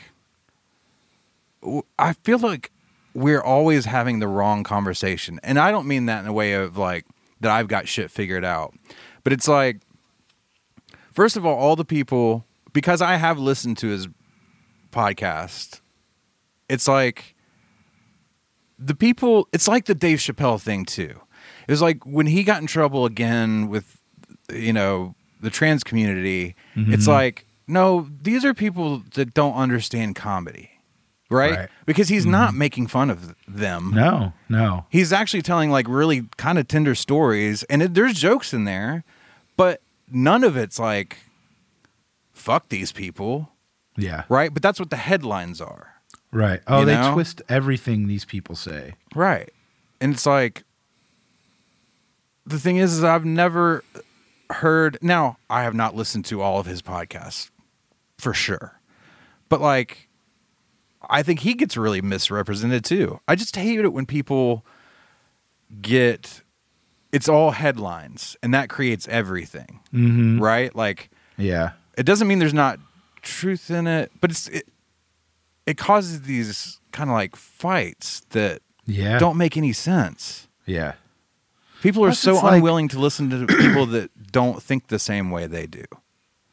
Speaker 4: w- I feel like we're always having the wrong conversation, and I don't mean that in a way of like that I've got shit figured out, but it's like First of all, all the people because I have listened to his podcast, it's like the people it's like the Dave Chappelle thing too. It was like when he got in trouble again with you know, the trans community, it's like, no, these are people that don't understand comedy. Right?
Speaker 3: Right.
Speaker 4: Because he's not making fun of them
Speaker 3: No. No.
Speaker 4: he's actually telling like really kind of tender stories and it, there's jokes in there but none of it's like fuck these people
Speaker 3: Yeah.
Speaker 4: right but that's what the headlines are
Speaker 3: Right. Oh,
Speaker 4: You
Speaker 3: they
Speaker 4: know?
Speaker 3: twist everything these people say.
Speaker 4: right and it's like the thing is, is i've never heard now i have not listened to all of his podcasts for sure but like i think he gets really misrepresented too i just hate it when people get it's all headlines and that creates everything
Speaker 3: Mm-hmm.
Speaker 4: right like
Speaker 3: Yeah.
Speaker 4: it doesn't mean there's not truth in it but it's it, it causes these kind of like fights that
Speaker 3: Yeah.
Speaker 4: don't make any sense
Speaker 3: Yeah.
Speaker 4: people are
Speaker 3: Plus
Speaker 4: so
Speaker 3: it's like-
Speaker 4: unwilling to listen to people that don't think the same way they do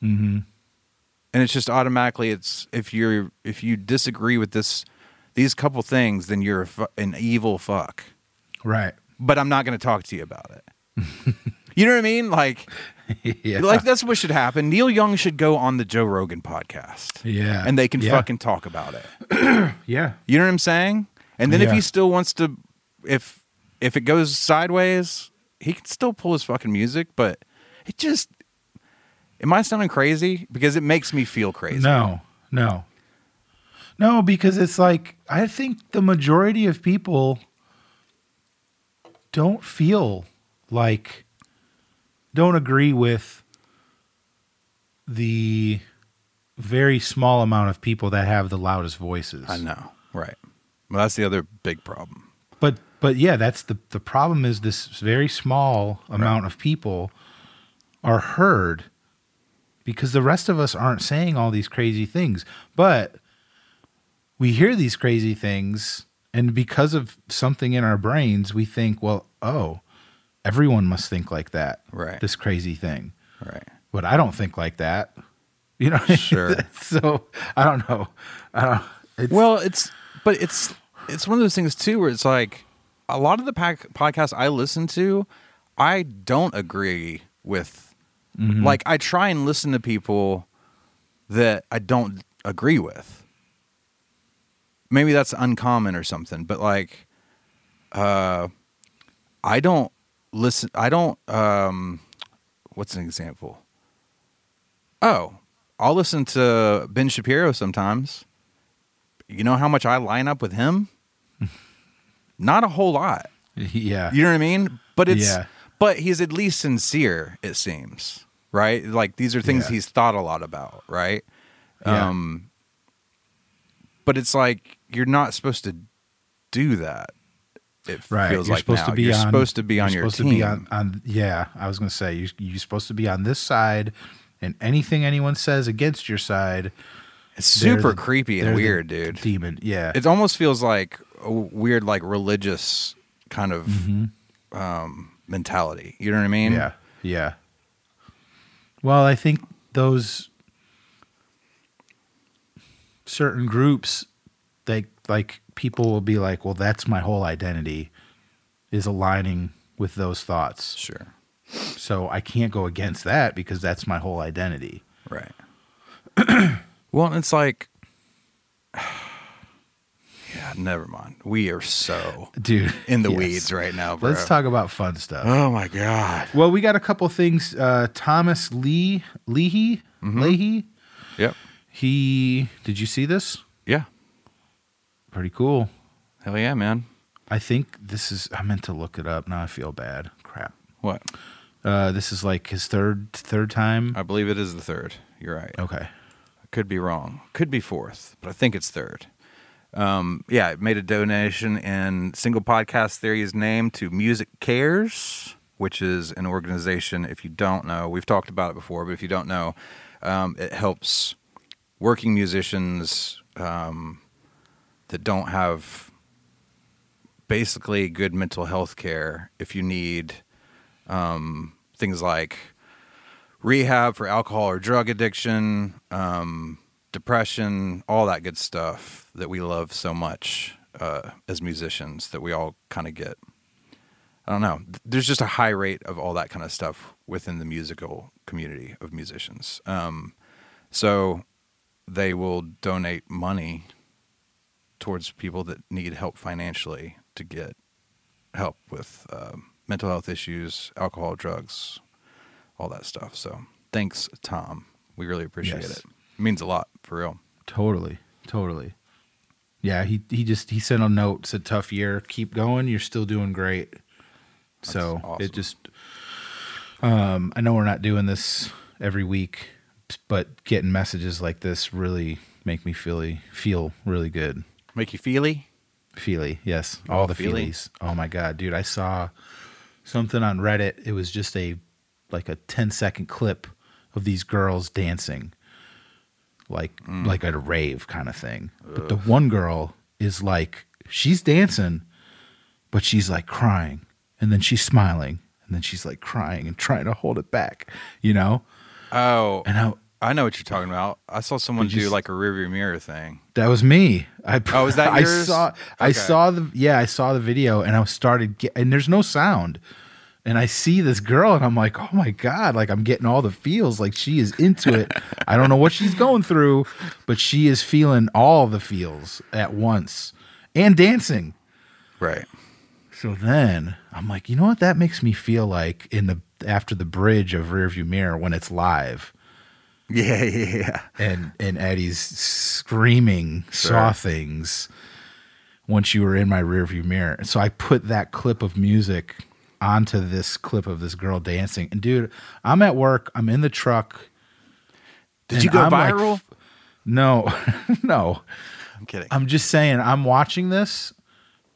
Speaker 3: Mm-hmm.
Speaker 4: and it's just automatically it's if you're if you disagree with this these couple things then you're a fu- an evil fuck
Speaker 3: Right.
Speaker 4: but i'm not going to talk to you about it you know what i mean like
Speaker 3: yeah.
Speaker 4: like that's what should happen neil young should go on the joe rogan podcast
Speaker 3: Yeah.
Speaker 4: and they can
Speaker 3: Yeah.
Speaker 4: fucking talk about it
Speaker 3: Yeah.
Speaker 4: you know what i'm saying and then if
Speaker 3: Yeah.
Speaker 4: he still wants to if if it goes sideways he can still pull his fucking music but it just am i sounding crazy because it makes me feel crazy
Speaker 3: No, no, no, because it's like I think the majority of people don't feel like don't agree with the very small amount of people that have the loudest voices.
Speaker 4: I know. Right. Well, that's the other big problem.
Speaker 3: But but yeah, that's the the problem is this very small amount of people are heard because the rest of us aren't saying all these crazy things. But we hear these crazy things and because of something in our brains, we think, well, oh, everyone must think like that.
Speaker 4: Right.
Speaker 3: This crazy thing.
Speaker 4: Right.
Speaker 3: But I don't think like that. You know?
Speaker 4: Sure.
Speaker 3: so I don't know. I don't it's,
Speaker 4: Well, it's but it's it's one of those things too where it's like a lot of the pack, podcasts I listen to, I don't agree with. Like I try and listen to people that I don't agree with. Maybe that's uncommon or something, but like uh I don't listen I don't um what's an example? Oh, I'll listen to Ben Shapiro sometimes. You know how much I line up with him? Not a whole lot.
Speaker 3: yeah.
Speaker 4: You know what I mean? But it's
Speaker 3: Yeah.
Speaker 4: but he's at least sincere, it seems. Right? Like these are things
Speaker 3: Yeah.
Speaker 4: he's thought a lot about, right?
Speaker 3: Yeah.
Speaker 4: Um but it's like you're not supposed to do that. It
Speaker 3: right.
Speaker 4: feels
Speaker 3: you're
Speaker 4: like
Speaker 3: supposed
Speaker 4: now.
Speaker 3: to be
Speaker 4: you're
Speaker 3: on,
Speaker 4: supposed to be on
Speaker 3: you're
Speaker 4: your
Speaker 3: supposed
Speaker 4: team.
Speaker 3: To be on, on, yeah, I was going to say you, you're supposed to be on this side, and anything anyone says against your side,
Speaker 4: it's
Speaker 3: they're
Speaker 4: super
Speaker 3: the-
Speaker 4: creepy
Speaker 3: they're
Speaker 4: and
Speaker 3: the
Speaker 4: weird, dude.
Speaker 3: demon. Yeah,
Speaker 4: it almost feels like a weird like religious kind
Speaker 3: Mm-hmm.
Speaker 4: of um mentality you know what i mean
Speaker 3: yeah, yeah. Well, I think those certain groups, they like people will be like, "Well, that's my whole identity," is aligning with those thoughts.
Speaker 4: Sure.
Speaker 3: So I can't go against that because that's my whole identity.
Speaker 4: Right. well, and it's like, yeah, never mind. We are so
Speaker 3: Dude,
Speaker 4: in the
Speaker 3: yes.
Speaker 4: weeds right now, bro.
Speaker 3: Let's talk about fun stuff.
Speaker 4: Oh my god.
Speaker 3: Well, we got a couple things. Uh, Thomas Lee Leahy Leahy.
Speaker 4: Yep.
Speaker 3: He did you see this?
Speaker 4: Yeah.
Speaker 3: Pretty cool.
Speaker 4: Hell yeah, man.
Speaker 3: I think this is. I meant to look it up. Now I feel bad. Crap.
Speaker 4: What?
Speaker 3: Uh, this is like his third third time.
Speaker 4: I believe it is the third. You're right.
Speaker 3: Okay.
Speaker 4: could be wrong, could be fourth, but I think it's third. Um, yeah, it made a donation in Single Podcast Theory's name to Music Cares, which is an organization. If you don't know, we've talked about it before, but if you don't know, um, it helps working musicians um, that don't have basically good mental health care. If you need um, things like rehab for alcohol or drug addiction, um, depression, all that good stuff that we love so much uh, as musicians that we all kind of get. I don't know. Th- There's just a high rate of all that kind of stuff within the musical community of musicians. Um, so they will donate money towards people that need help financially to get help with um mental health issues, alcohol, drugs, all that stuff. So thanks, Tom. We really appreciate
Speaker 3: Yes.
Speaker 4: it. It means a lot for real.
Speaker 3: Totally. Totally. Yeah. He he just he sent a note. Said tough year. Keep going. You're still doing great. so
Speaker 4: awesome.
Speaker 3: it just. Um, I know we're not doing this every week, but getting messages like this really make me feel feel really good.
Speaker 4: Make you feely?
Speaker 3: Feely, yes. All the
Speaker 4: Feely.
Speaker 3: feelies. Oh my god, dude, I saw something on Reddit. It was just a like a 10 second clip of these girls dancing. Like like at a rave kind of thing. But the one girl is like she's dancing, but she's like crying and then she's smiling and then she's like crying and trying to hold it back, you know?
Speaker 4: Oh,
Speaker 3: And I
Speaker 4: I know what you're talking about. I saw someone
Speaker 3: Did you
Speaker 4: do
Speaker 3: s-
Speaker 4: like a rearview mirror thing.
Speaker 3: That was me. I
Speaker 4: Oh, is that
Speaker 3: I
Speaker 4: yours?
Speaker 3: saw I
Speaker 4: Okay.
Speaker 3: saw the yeah, I saw the video and I started get, and there's no sound. And I see this girl and I'm like, "Oh my god, like I'm getting all the feels like she is into it. I don't know what she's going through, but she is feeling all the feels at once and dancing."
Speaker 4: Right.
Speaker 3: So then I'm like, you know what? That makes me feel like in the after the bridge of Rearview Mirror when it's live
Speaker 4: Yeah, yeah, yeah.
Speaker 3: and and Eddie's screaming saw
Speaker 4: Sure.
Speaker 3: things once you were in my rearview mirror. And so I put that clip of music onto this clip of this girl dancing. And dude, I'm at work. I'm in the truck.
Speaker 4: Did
Speaker 3: and
Speaker 4: you go
Speaker 3: I'm like,
Speaker 4: viral?
Speaker 3: no, no.
Speaker 4: I'm kidding.
Speaker 3: I'm just saying. I'm watching this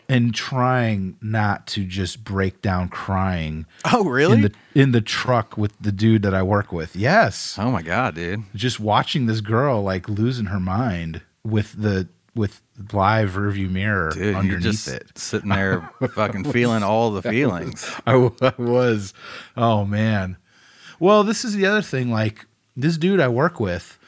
Speaker 3: and trying not to just break down crying
Speaker 4: oh, really?
Speaker 3: in the in the truck with the dude that I work with. Yes
Speaker 4: oh my god, dude.
Speaker 3: just watching this girl like losing her mind with the with live rearview mirror
Speaker 4: Dude, you're
Speaker 3: underneath
Speaker 4: just
Speaker 3: it.
Speaker 4: sitting there fucking feeling all the feelings.
Speaker 3: I, w- I was, oh man. Well, this is the other thing. Like this dude I work with,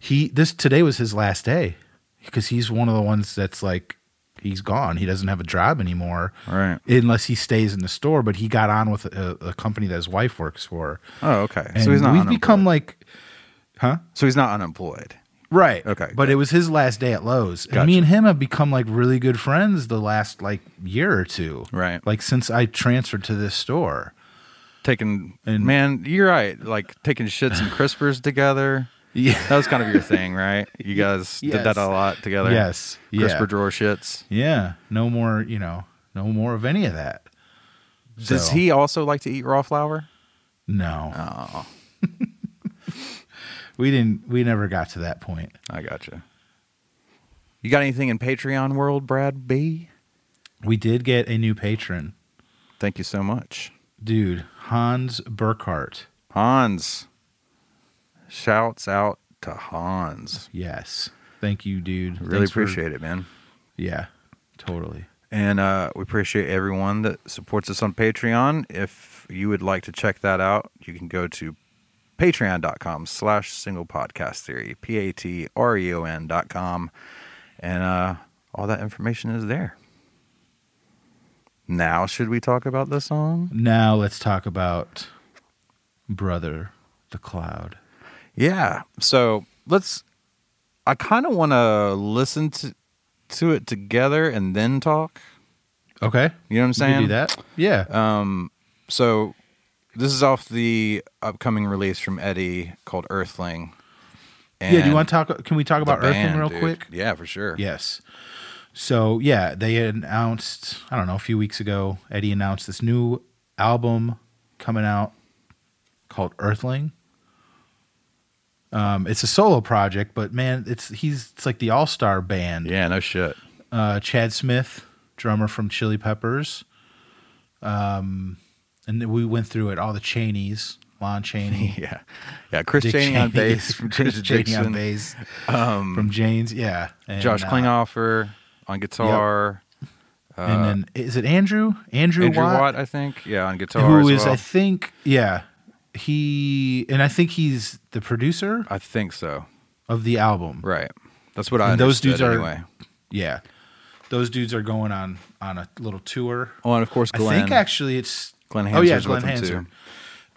Speaker 3: he this today was his last day because he's one of the ones that's like he's gone. He doesn't have a job anymore,
Speaker 4: Right.
Speaker 3: Unless he stays in the store. But he got on with a, a company that his wife works for.
Speaker 4: Oh, okay.
Speaker 3: And
Speaker 4: so he's not
Speaker 3: We've
Speaker 4: unemployed.
Speaker 3: become like, huh?
Speaker 4: So he's not unemployed.
Speaker 3: Right.
Speaker 4: Okay,
Speaker 3: But
Speaker 4: good.
Speaker 3: it was his last day at Lowe's. And me
Speaker 4: Gotcha.
Speaker 3: and him have become like really good friends the last like year or two.
Speaker 4: Right.
Speaker 3: Like since I transferred to this store.
Speaker 4: Taking
Speaker 3: And-
Speaker 4: man, you're right. Like taking shits and crispers together.
Speaker 3: Yeah.
Speaker 4: That was kind of your thing, right? You guys did
Speaker 3: Yes.
Speaker 4: that a lot together.
Speaker 3: Yes. Yeah.
Speaker 4: Crisper drawer shits.
Speaker 3: Yeah. No more, you know, no more of any of that.
Speaker 4: Does
Speaker 3: So-
Speaker 4: he also like to eat raw flour?
Speaker 3: No.
Speaker 4: Oh,
Speaker 3: We didn't we never got to that point.
Speaker 4: I gotcha. You got anything in Patreon world, Brad B?
Speaker 3: We did get a new patron,
Speaker 4: Thank you so much.
Speaker 3: dude, Hans Burkhart.
Speaker 4: Hans. Shouts out to Hans.
Speaker 3: Yes. Thank you, dude.
Speaker 4: Really appreciate it, man.
Speaker 3: it. Yeah. Totally.
Speaker 4: And uh, we appreciate everyone that supports us on Patreon. If you would like to check that out, you can go to patreon.com slash single podcast theory, P A T R E O N dot com. And uh, all that information is there. Now, should we talk about the song?
Speaker 3: Now let's talk about Brother the Cloud.
Speaker 4: Yeah. So let's, I kind of want to listen to to it together and then talk. You know
Speaker 3: Okay.
Speaker 4: what I'm
Speaker 3: You can
Speaker 4: saying?
Speaker 3: do that. Yeah.
Speaker 4: Uh, So this is off the upcoming release from Eddie called Earthling.
Speaker 3: yeah. Do you
Speaker 4: And
Speaker 3: want to talk? Can we talk
Speaker 4: the
Speaker 3: about Earthling
Speaker 4: band,
Speaker 3: real
Speaker 4: dude.
Speaker 3: quick?
Speaker 4: Yeah, for sure.
Speaker 3: Yes. So yeah, they announced I don't know a few weeks ago. Eddie announced this new album coming out called Earthling. Um, it's a solo project, but man, it's he's it's like the all star band.
Speaker 4: Yeah, no shit.
Speaker 3: Uh, Chad Smith, drummer from Chili Peppers. Um, and we went through it all the Cheneys, Lon Chaney,
Speaker 4: Yeah. Yeah. Chris
Speaker 3: Dick
Speaker 4: Cheney on
Speaker 3: Cheney,
Speaker 4: bass from
Speaker 3: Chris
Speaker 4: Jane's
Speaker 3: Chaney on
Speaker 4: Addiction,
Speaker 3: bass, from Jane's, yeah, and,
Speaker 4: Josh
Speaker 3: uh,
Speaker 4: Klinghoffer on guitar.
Speaker 3: and then is it Andrew? Andrew,
Speaker 4: Andrew
Speaker 3: Watt,
Speaker 4: Watt, I think. Yeah, on guitar.
Speaker 3: who
Speaker 4: as
Speaker 3: is
Speaker 4: well.
Speaker 3: I think, yeah, he and I think he's the producer
Speaker 4: I think so.
Speaker 3: of the album.
Speaker 4: Right. That's what I
Speaker 3: And those dudes
Speaker 4: understood
Speaker 3: are-
Speaker 4: anyway.
Speaker 3: Yeah, those dudes are going on on a little tour.
Speaker 4: Oh, and of course Glenn.
Speaker 3: I think actually it's
Speaker 4: Glenn
Speaker 3: Oh yeah,
Speaker 4: Hanser's
Speaker 3: Glenn
Speaker 4: with them,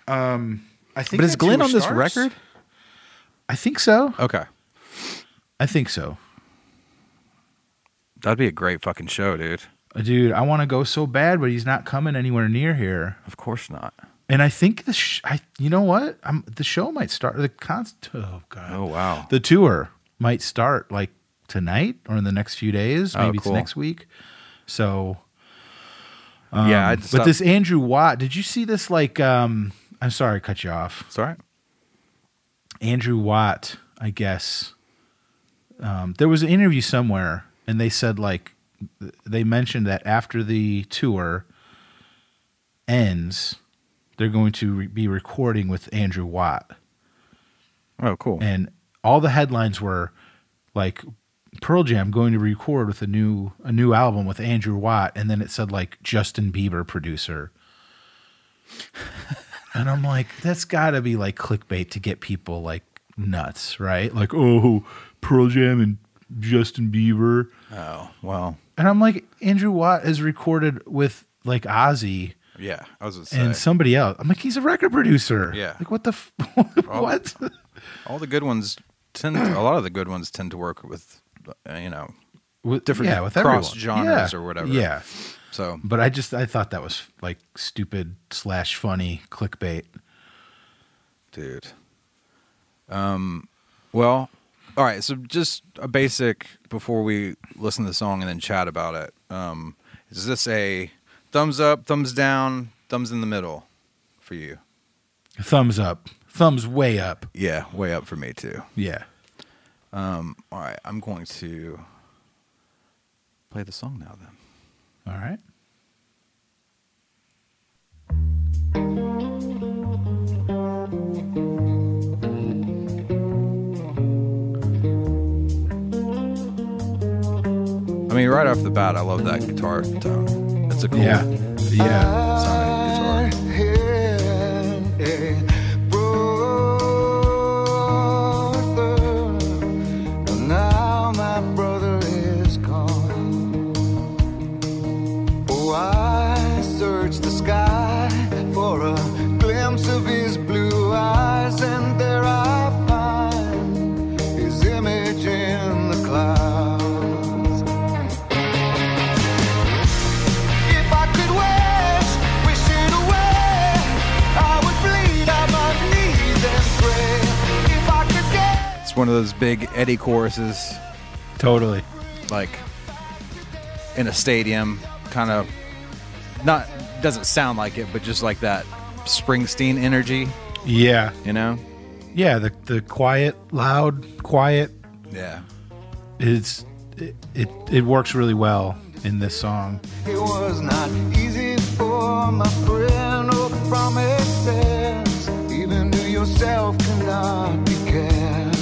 Speaker 3: Hanser.
Speaker 4: too.
Speaker 3: I think
Speaker 4: But is
Speaker 3: that's who
Speaker 4: Glenn
Speaker 3: it
Speaker 4: on this
Speaker 3: starts.
Speaker 4: record?
Speaker 3: I think so.
Speaker 4: Okay.
Speaker 3: I think so.
Speaker 4: That'd be a great fucking show, dude.
Speaker 3: Dude, I want to go so bad, but he's not coming anywhere near here.
Speaker 4: Of course not.
Speaker 3: And I think the sh- I you know what? I'm the show might start the con- oh god.
Speaker 4: Oh wow.
Speaker 3: The tour might start like tonight or in the next few days.
Speaker 4: Oh,
Speaker 3: Maybe
Speaker 4: cool.
Speaker 3: it's next week. So,
Speaker 4: yeah, I
Speaker 3: um, but this Andrew Watt, did you see this? Like, um, I'm sorry, I cut you off.
Speaker 4: sorry.
Speaker 3: Andrew Watt, I guess. Um, there was an interview somewhere, and they said like th- they mentioned that after the tour ends, they're going to re- be recording with Andrew Watt.
Speaker 4: Oh, cool.
Speaker 3: and all the headlines were like Pearl Jam going to record with a new a new album with Andrew Watt, and then it said like Justin Bieber producer. and I'm like, that's got to be like clickbait to get people like nuts, right? Like, oh, Pearl Jam and Justin Bieber,
Speaker 4: oh, well,
Speaker 3: and I'm like, Andrew Watt has recorded with like Ozzy
Speaker 4: yeah. I was gonna say
Speaker 3: and somebody else. I'm like, he's a record producer.
Speaker 4: Yeah.
Speaker 3: like what the f- what?
Speaker 4: all the good ones tend. a lot of the good ones tend to work with, uh, you know.
Speaker 3: with
Speaker 4: different
Speaker 3: yeah, with
Speaker 4: cross
Speaker 3: everyone.
Speaker 4: genres
Speaker 3: Yeah.
Speaker 4: or whatever.
Speaker 3: Yeah,
Speaker 4: So
Speaker 3: but I just I thought that was like stupid slash funny clickbait.
Speaker 4: dude. Um, well, all right. So just a basic before we listen to the song and then chat about it. Um, is this a thumbs up, thumbs down, thumbs in the middle for you?
Speaker 3: Thumbs up, thumbs way up.
Speaker 4: Yeah, way up for me too.
Speaker 3: Yeah,
Speaker 4: Um, All right, I'm going to play the song now. Then
Speaker 3: all right.
Speaker 4: I mean, right off the bat, I love that guitar tone. It's a cool
Speaker 3: Yeah, yeah.
Speaker 4: sounding guitar.
Speaker 5: Now my brother is gone. Oh, I searched the sky for a glimpse of his blue eyes, and there I find his image in the clouds. If I could waste, wish it away, I would bleed on my knees and pray. If I could get.
Speaker 4: It's one of those big Eddie choruses,
Speaker 3: Totally.
Speaker 4: like in a stadium, kind of not doesn't sound like it, but just like that Springsteen energy,
Speaker 3: Yeah,
Speaker 4: you know?
Speaker 3: yeah. The the quiet, loud, quiet
Speaker 4: Yeah.
Speaker 3: is it it, it works really well in this song.
Speaker 5: It was not easy for my friend. Oh, promises, even to yourself, cannot be kept.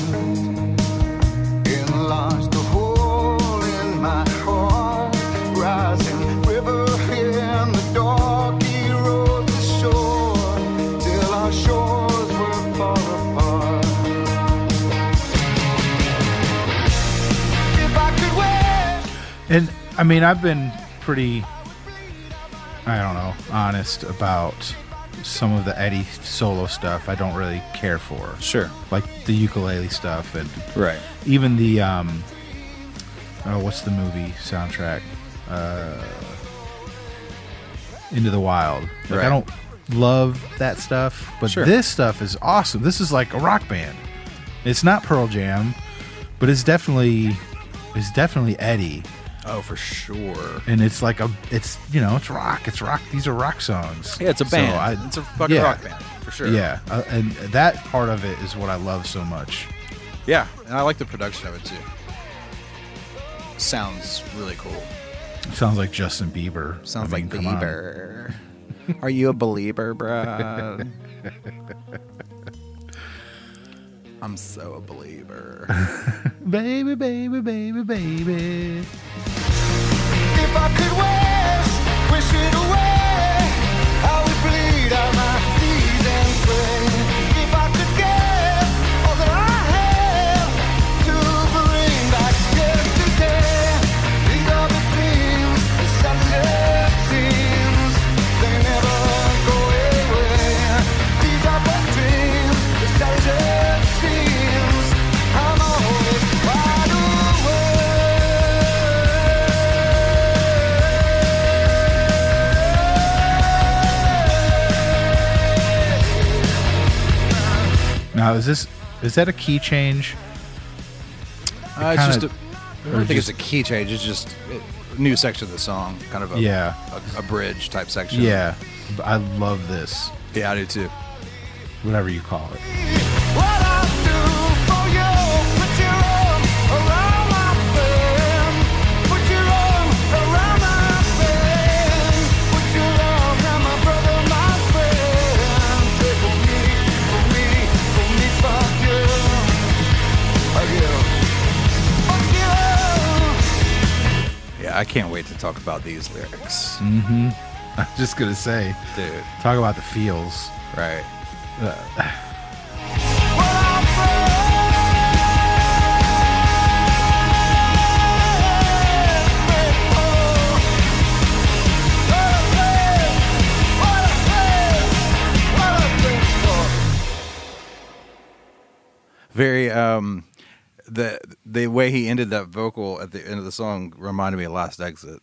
Speaker 5: Enlarge the hole in my heart, rising river in the dark. He rode the shore till our shores were far
Speaker 3: I mean, I've been pretty, I don't know, honest about some of the Eddie solo stuff. I don't really care for,
Speaker 2: Sure.
Speaker 3: like the ukulele stuff, and
Speaker 2: Right.
Speaker 3: even the um, oh, what's the movie soundtrack? Uh, Into the Wild. Like
Speaker 2: Right.
Speaker 3: I don't love that stuff, but
Speaker 2: Sure.
Speaker 3: this stuff is awesome. This is like a rock band. It's not Pearl Jam, but it's definitely it's definitely Eddie
Speaker 2: Oh, for sure.
Speaker 3: and it's like a it's you know it's rock it's rock these are rock songs
Speaker 2: Yeah, it's a
Speaker 3: So
Speaker 2: band.
Speaker 3: I-
Speaker 2: it's a fucking
Speaker 3: yeah.
Speaker 2: rock band for sure.
Speaker 3: yeah uh, and that part of it is what i love so much
Speaker 2: Yeah, and I like the production of it too. Sounds really cool.
Speaker 3: sounds like justin bieber
Speaker 2: Sounds
Speaker 3: I mean,
Speaker 2: like
Speaker 3: come on.
Speaker 2: Bieber. Are you a believer, bro? I'm so a believer.
Speaker 3: baby baby baby baby
Speaker 5: If I could waste, wish it away, I would bleed out my knees and pray. If I could get all that I have to bring back yesterday, these are the dreams, as sad as it seems, they never go away. These are the dreams, as sad as it seems, I'm always wide awake.
Speaker 3: now is this is that a key change
Speaker 2: Uh, it's just. A,
Speaker 3: kinda-
Speaker 2: I don't think it's a key change. It's just a new section of the song, kind of a
Speaker 3: Yeah.
Speaker 2: a, a bridge type section.
Speaker 3: yeah But i love this
Speaker 2: yeah, I do too.
Speaker 3: whatever you call it
Speaker 5: What I do for you, put your arm around my friend. Put your arm around my friend. Put your arm around my brother, my friend. Say for me, for me, for me, fuck you, fuck you, fuck you.
Speaker 2: Yeah, I can't wait to talk about these lyrics,
Speaker 3: Mm. i'm just gonna say
Speaker 2: dude.
Speaker 3: talk about the feels
Speaker 2: Right.
Speaker 5: What I pray, pray for.
Speaker 4: Very um the the way he ended that vocal at the end of the song reminded me of Last Exit.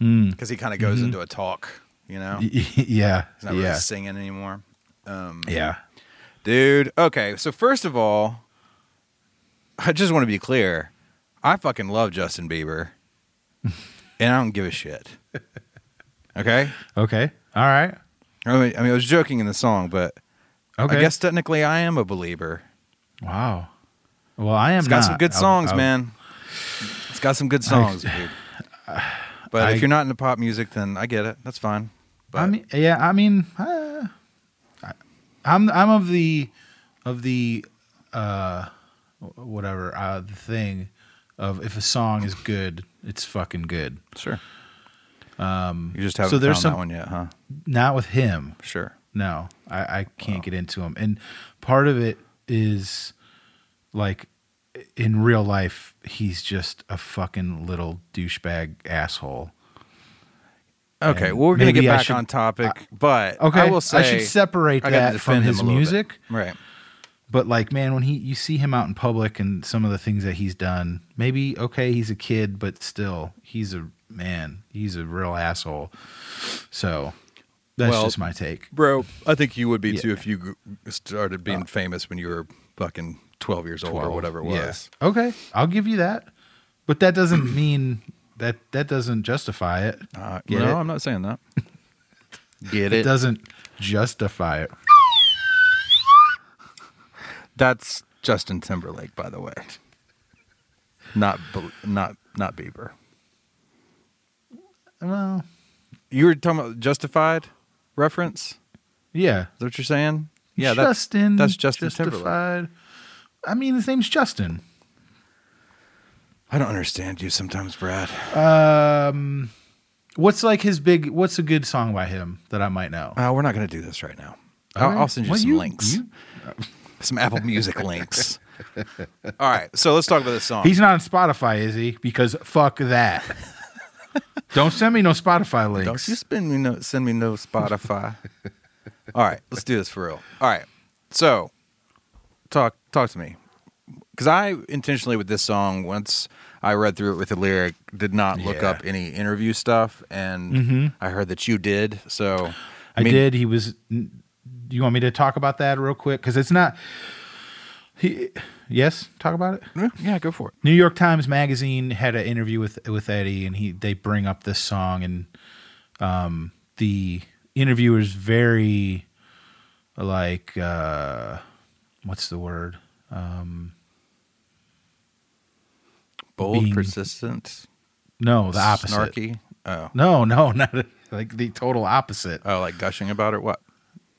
Speaker 3: Hmm.
Speaker 2: Because he kind of goes into a talk, you know? He's
Speaker 3: yeah
Speaker 2: not
Speaker 3: Mm-hmm. yeah
Speaker 2: really singing anymore.
Speaker 3: yeah
Speaker 2: Dude, okay. So first of all, I just want to be clear. I fucking love Justin Bieber. and I don't give a shit. Okay?
Speaker 3: okay all right
Speaker 2: I mean, I mean, I was joking in the song, but
Speaker 3: okay
Speaker 2: I guess technically I am a believer.
Speaker 3: wow well i am
Speaker 2: It's got some
Speaker 3: not.
Speaker 2: good
Speaker 3: I'll-
Speaker 2: songs,
Speaker 3: I'll-
Speaker 2: man. It's got some good songs, dude. But
Speaker 3: I-
Speaker 2: if you're not into pop music, then I get it. That's fine. But
Speaker 3: I mean, yeah, I mean, uh, I, I'm I'm of the of the uh, whatever uh, the thing of if a song is good, it's fucking good.
Speaker 2: sure. Um, you just haven't
Speaker 3: so there's
Speaker 2: found
Speaker 3: some-
Speaker 2: that one yet, huh?
Speaker 3: Not with him,
Speaker 2: Sure.
Speaker 3: no, I, I can't get into him. And part of it is like in real life, he's just a fucking little douchebag asshole.
Speaker 2: Okay,
Speaker 3: And
Speaker 2: well, we're going to
Speaker 3: maybe
Speaker 2: get
Speaker 3: I
Speaker 2: back
Speaker 3: should-
Speaker 2: on topic, but
Speaker 3: Okay,
Speaker 2: I will say
Speaker 3: I should separate
Speaker 2: I gotta
Speaker 3: that from
Speaker 2: defend him
Speaker 3: his
Speaker 2: a little bit.
Speaker 3: music.
Speaker 2: Right,
Speaker 3: but like man when he you see him out in public and some of the things that he's done maybe okay he's a kid but still he's a man he's a real asshole so that's
Speaker 2: Well-
Speaker 3: just my take
Speaker 4: Bro, I think you would be
Speaker 3: Yeah.
Speaker 4: too if you gr- started being famous when you were fucking 12 years old or whatever it was.
Speaker 3: yeah. okay i'll give you that but that doesn't mean that that doesn't justify it
Speaker 4: Uh,
Speaker 3: Get
Speaker 4: no,
Speaker 3: it?
Speaker 4: I'm not saying that.
Speaker 2: get
Speaker 3: it doesn't justify it
Speaker 4: That's Justin Timberlake, by the way. Not Bel- not not Bieber.
Speaker 3: well
Speaker 4: You were talking about Justified reference. Is
Speaker 3: yeah
Speaker 4: that what you're saying? Yeah, that's
Speaker 3: justin
Speaker 4: that's Justin
Speaker 3: justified i mean his name's justin
Speaker 4: I don't understand you sometimes, Brad.
Speaker 3: Um, what's like his big? What's a good song by him that I might know?
Speaker 4: Uh, we're not going to do this right now. I'll, I'll send you
Speaker 3: Well,
Speaker 4: some
Speaker 3: you-
Speaker 4: links,
Speaker 3: you-
Speaker 4: some Apple Music links. All right, so let's talk about this song.
Speaker 3: He's not on Spotify, is he? Because fuck that. Don't send me no Spotify links.
Speaker 4: Don't you spend me no, send me no Spotify. All right, let's do this for real. All right, so talk talk to me because I intentionally with this song once I read through it with the lyric did not look
Speaker 3: Yeah.
Speaker 4: up any interview stuff, and I heard that you did. So
Speaker 3: I
Speaker 4: mean,
Speaker 3: did. He was. Do you want me to talk about that real quick? Because it's not. He, yes, talk about it.
Speaker 4: Yeah, Yeah, go for it.
Speaker 3: New York Times Magazine had an interview with with Eddie, and he they bring up this song, and um, the interviewer is very like uh, what's the word?
Speaker 4: Bold,
Speaker 3: Being
Speaker 4: persistent,
Speaker 3: No, the opposite.
Speaker 4: snarky. Oh,
Speaker 3: No, no, not like the total opposite.
Speaker 4: oh, like gushing about it. What?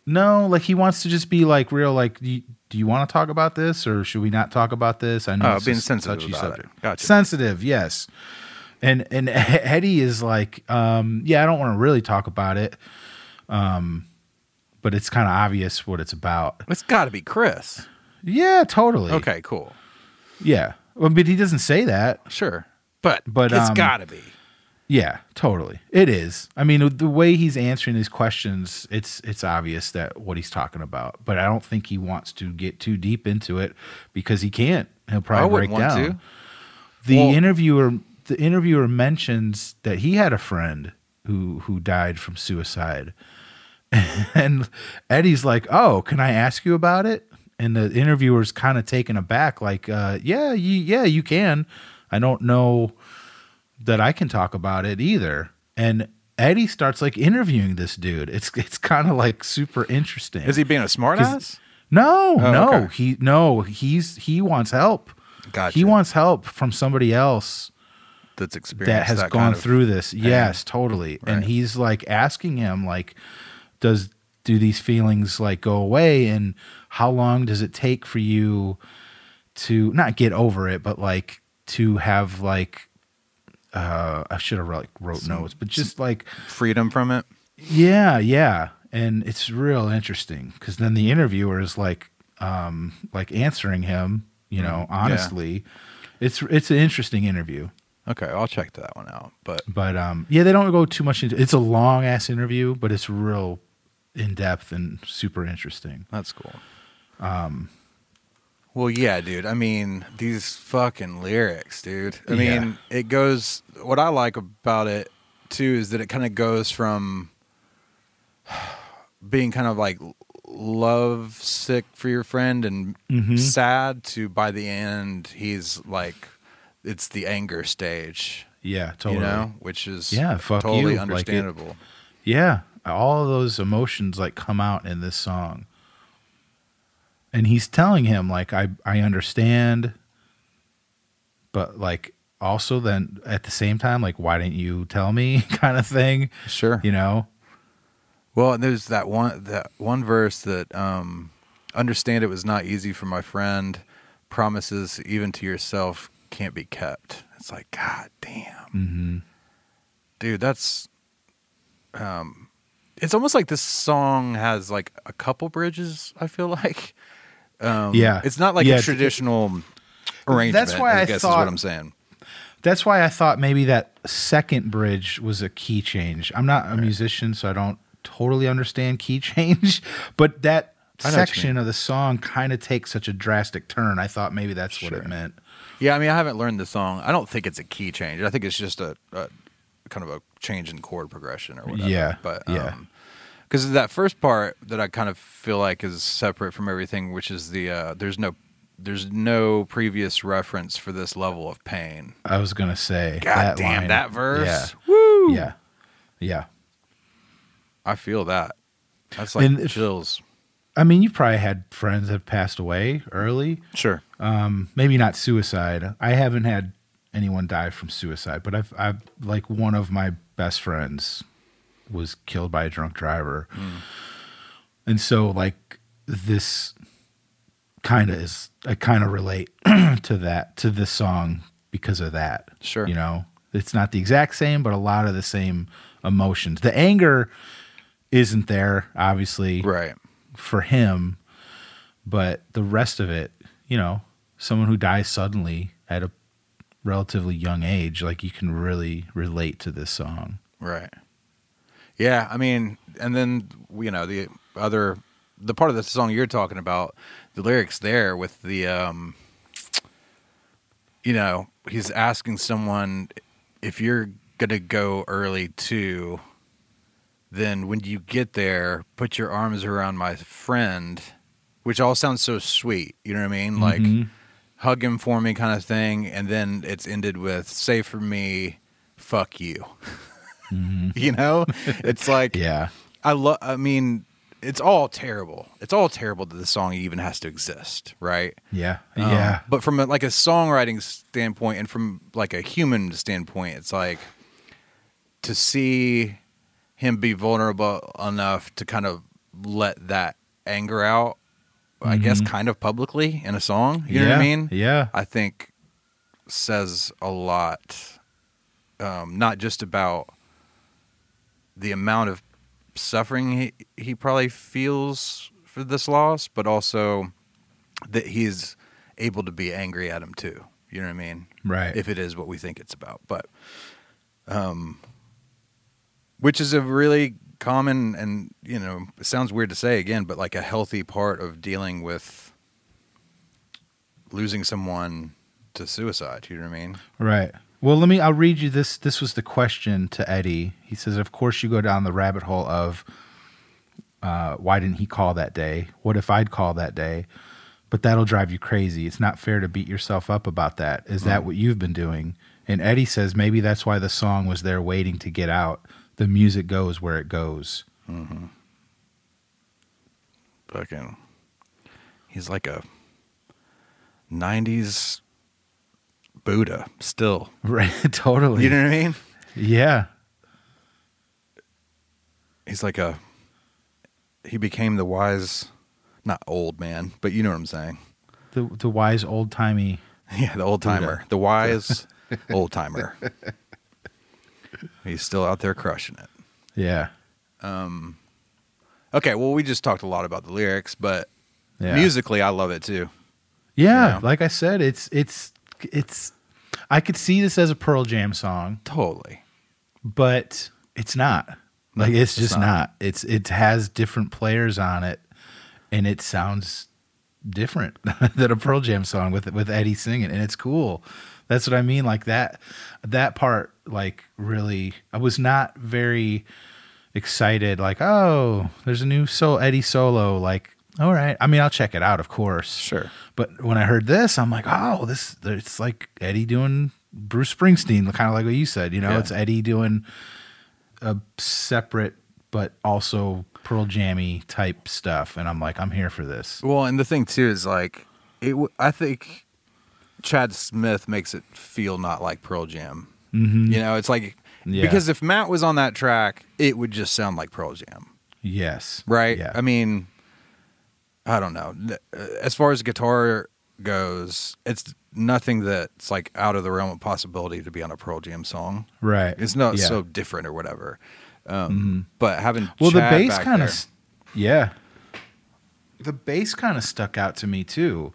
Speaker 3: No, like he wants to just be like real. Like, do you, do you want to talk about this, or should we not talk about this? I know
Speaker 4: Oh,
Speaker 3: it's
Speaker 4: being
Speaker 3: a s-
Speaker 4: sensitive about it. Gotcha.
Speaker 3: Sensitive, yes. And and Eddie is like, um, yeah, I don't want to really talk about it, um, but it's kind of obvious what it's about.
Speaker 4: It's got to be Chris.
Speaker 3: Yeah, totally.
Speaker 4: Okay, cool.
Speaker 3: Yeah, well, but he doesn't say that.
Speaker 4: Sure, but
Speaker 3: But,
Speaker 4: it's
Speaker 3: um,
Speaker 4: got to be.
Speaker 3: Yeah, totally. It is. I mean, the way he's answering these questions, it's it's obvious that what he's talking about. But I don't think he wants to get too deep into it because he can't. He'll
Speaker 4: I
Speaker 3: probably
Speaker 4: wouldn't
Speaker 3: break
Speaker 4: want
Speaker 3: down.
Speaker 4: to.
Speaker 3: The
Speaker 4: Well-
Speaker 3: interviewer the interviewer mentions that he had a friend who who died from suicide. And Eddie's like, "Oh, can I ask you about it?" And the interviewer's kind of taken aback like, uh, "Yeah, you yeah, you can. I don't know that I can talk about it either." And Eddie starts like interviewing this dude. It's it's kind of like super interesting.
Speaker 4: Is he being a smartass?
Speaker 3: No,
Speaker 4: Oh,
Speaker 3: no,
Speaker 4: okay.
Speaker 3: he no, he's he wants help.
Speaker 4: Gotcha.
Speaker 3: He wants help from somebody else
Speaker 4: That's experienced.
Speaker 3: that has
Speaker 4: that
Speaker 3: gone
Speaker 4: kind of-
Speaker 3: through this. Yes, totally. And
Speaker 4: Right.
Speaker 3: he's like asking him like does do these feelings like go away and how long does it take for you to not get over it but like to have like uh I should have like wrote notes but just like
Speaker 4: freedom from it.
Speaker 3: yeah, yeah. And it's real interesting because then the interviewer is like, um, like answering him, you
Speaker 4: Mm-hmm.
Speaker 3: know, honestly. It's it's an interesting interview,
Speaker 4: Okay, I'll check that one out. But
Speaker 3: but um, yeah, they don't go too much into. It's a long ass interview, but it's real in depth and super interesting.
Speaker 4: that's cool. Um. Well, yeah, dude. I mean, these fucking lyrics, dude. I
Speaker 3: Yeah.
Speaker 4: mean, it goes. What I like about it too is that it kind of goes from being kind of like love sick for your friend and
Speaker 3: Mm-hmm.
Speaker 4: sad to by the end he's like it's the anger stage
Speaker 3: Yeah, totally.
Speaker 4: you know which is
Speaker 3: Yeah, fuck you,
Speaker 4: totally
Speaker 3: like it-
Speaker 4: understandable
Speaker 3: Yeah, all of those emotions like come out in this song. And he's telling him like I I understand but like also then at the same time like why didn't you tell me kind of thing,
Speaker 4: sure
Speaker 3: you know?
Speaker 4: Well, and there's that one that one verse that um, understand it was not easy for my friend. Promises even to yourself can't be kept. It's like God damn,
Speaker 3: Mm-hmm.
Speaker 4: dude. That's um, it's almost like this song has like a couple bridges. I feel like um,
Speaker 3: Yeah.
Speaker 4: it's not like
Speaker 3: Uh, Yeah,
Speaker 4: a
Speaker 3: it's-
Speaker 4: traditional arrangement.
Speaker 3: why
Speaker 4: I,
Speaker 3: I
Speaker 4: guess is
Speaker 3: thought-
Speaker 4: what I'm saying.
Speaker 3: That's why I thought maybe that second bridge was a key change. I'm not a musician so I don't totally understand key change, but that
Speaker 4: I know what you
Speaker 3: section of the song kind of takes such a drastic turn. I thought maybe that's what it meant.
Speaker 4: Yeah, I mean, I haven't learned the song. I don't think it's a key change. I think it's just a, a kind of a change in chord progression or whatever.
Speaker 3: Yeah,
Speaker 4: but
Speaker 3: yeah.
Speaker 4: because that first part that I kind of feel like is separate from everything, which is the uh, there's no there's no previous reference for this level of pain.
Speaker 3: I was gonna say
Speaker 4: God
Speaker 3: that
Speaker 4: damn
Speaker 3: line.
Speaker 4: that verse!
Speaker 3: Yeah,
Speaker 4: Woo!
Speaker 3: yeah, yeah.
Speaker 4: I feel that. That's like
Speaker 3: And if-
Speaker 4: chills.
Speaker 3: I mean, you probably had friends that passed away early.
Speaker 4: Sure.
Speaker 3: Um, maybe not suicide. I haven't had anyone die from suicide, but I've, I've like one of my best friends was killed by a drunk driver,
Speaker 4: Hmm.
Speaker 3: and so like this kind of is I kind of relate to that to this song because of that.
Speaker 4: Sure.
Speaker 3: you know, it's not the exact same, but a lot of the same emotions. The anger isn't there, obviously,
Speaker 4: Right.
Speaker 3: for him, but the rest of it, you know, someone who dies suddenly at a relatively young age, like you can really relate to this song.
Speaker 4: Right. Yeah, I mean, and then you know the other the part of the song you're talking about, the lyrics there with the um you know, he's asking someone if you're going to go early too, then when you get there, put your arms around my friend, which all sounds so sweet, you know what I mean? Like
Speaker 3: Mhm.
Speaker 4: hug him for me kind of thing, and then it's ended with say for me, fuck you. you know? It's like
Speaker 3: yeah,
Speaker 4: I love. I mean, it's all terrible. It's all terrible that the song even has to exist, right?
Speaker 3: yeah,
Speaker 4: Um,
Speaker 3: yeah.
Speaker 4: But from a, like a songwriting standpoint, and from like a human standpoint, it's like to see him be vulnerable enough to kind of let that anger out. I guess kind of publicly in a song. You know what I
Speaker 3: Mm-hmm. Yeah,
Speaker 4: mean?
Speaker 3: Yeah,
Speaker 4: I think says a lot, um, not just about the amount of suffering he, he probably feels for this loss, but also that he's able to be angry at him too. You know what I mean?
Speaker 3: right.
Speaker 4: If it is what we think it's about, but um, which is a really common and you know it sounds weird to say again, but like a healthy part of dealing with losing someone to suicide. You know what I mean?
Speaker 3: Right. Well, let me. I'll read you this. This was the question to Eddie. He says, "Of course, you go down the rabbit hole of uh, why didn't he call that day? What if I'd call that day? But that'll drive you crazy. It's not fair to beat yourself up about that. Is that what you've been doing?" And Eddie says, "Maybe that's why the song was there waiting to get out. The music goes where it goes."
Speaker 4: Fucking, he's like a '90s Buddha still.
Speaker 3: Right. totally.
Speaker 4: You know what I mean?
Speaker 3: yeah.
Speaker 4: he's like a he became the wise not old man but you know what i'm saying
Speaker 3: The the wise old timey.
Speaker 4: yeah the old timer the wise old timer he's still out there crushing it
Speaker 3: Yeah.
Speaker 4: okay well we just talked a lot about the lyrics but
Speaker 3: Yeah.
Speaker 4: musically i love it too
Speaker 3: Yeah,
Speaker 4: know?
Speaker 3: like I said, it's it's it's. I could see this as a Pearl Jam song,
Speaker 4: totally
Speaker 3: but it's not. Like it's
Speaker 4: it's
Speaker 3: just
Speaker 4: not.
Speaker 3: not. It's it has different players on it, and it sounds different than a Pearl Jam song with with Eddie singing, and it's cool. That's what I mean. Like that that part, like really, I was not very excited. Like, oh, there's a new soul Eddie solo. Like, all right. I mean, I'll check it out, of course.
Speaker 4: Sure.
Speaker 3: But when I heard this, I'm like, oh, this it's like Eddie doing Bruce Springsteen, kind of like what you said. You know,
Speaker 4: Yeah.
Speaker 3: it's Eddie doing a separate but also Pearl Jammy type stuff, and I'm like, I'm here for this.
Speaker 4: well and the thing too is like it w- i think chad smith makes it feel not like pearl jam
Speaker 3: Mm-hmm.
Speaker 4: you know it's like
Speaker 3: Yeah.
Speaker 4: because if matt was on that track it would just sound like pearl jam
Speaker 3: Yes.
Speaker 4: right?
Speaker 3: Yeah.
Speaker 4: I mean, I don't know. N- uh, As far as guitar goes, it's nothing that's like out of the realm of possibility to be on a Pearl Jam song.
Speaker 3: right.
Speaker 4: It's not
Speaker 3: Yeah. Mm-hmm.
Speaker 4: so different or whatever. Um, But having
Speaker 3: well.
Speaker 4: Chad
Speaker 3: the bass
Speaker 4: back
Speaker 3: kind
Speaker 4: there-
Speaker 3: of. Yeah. The bass kind of stuck out to me too.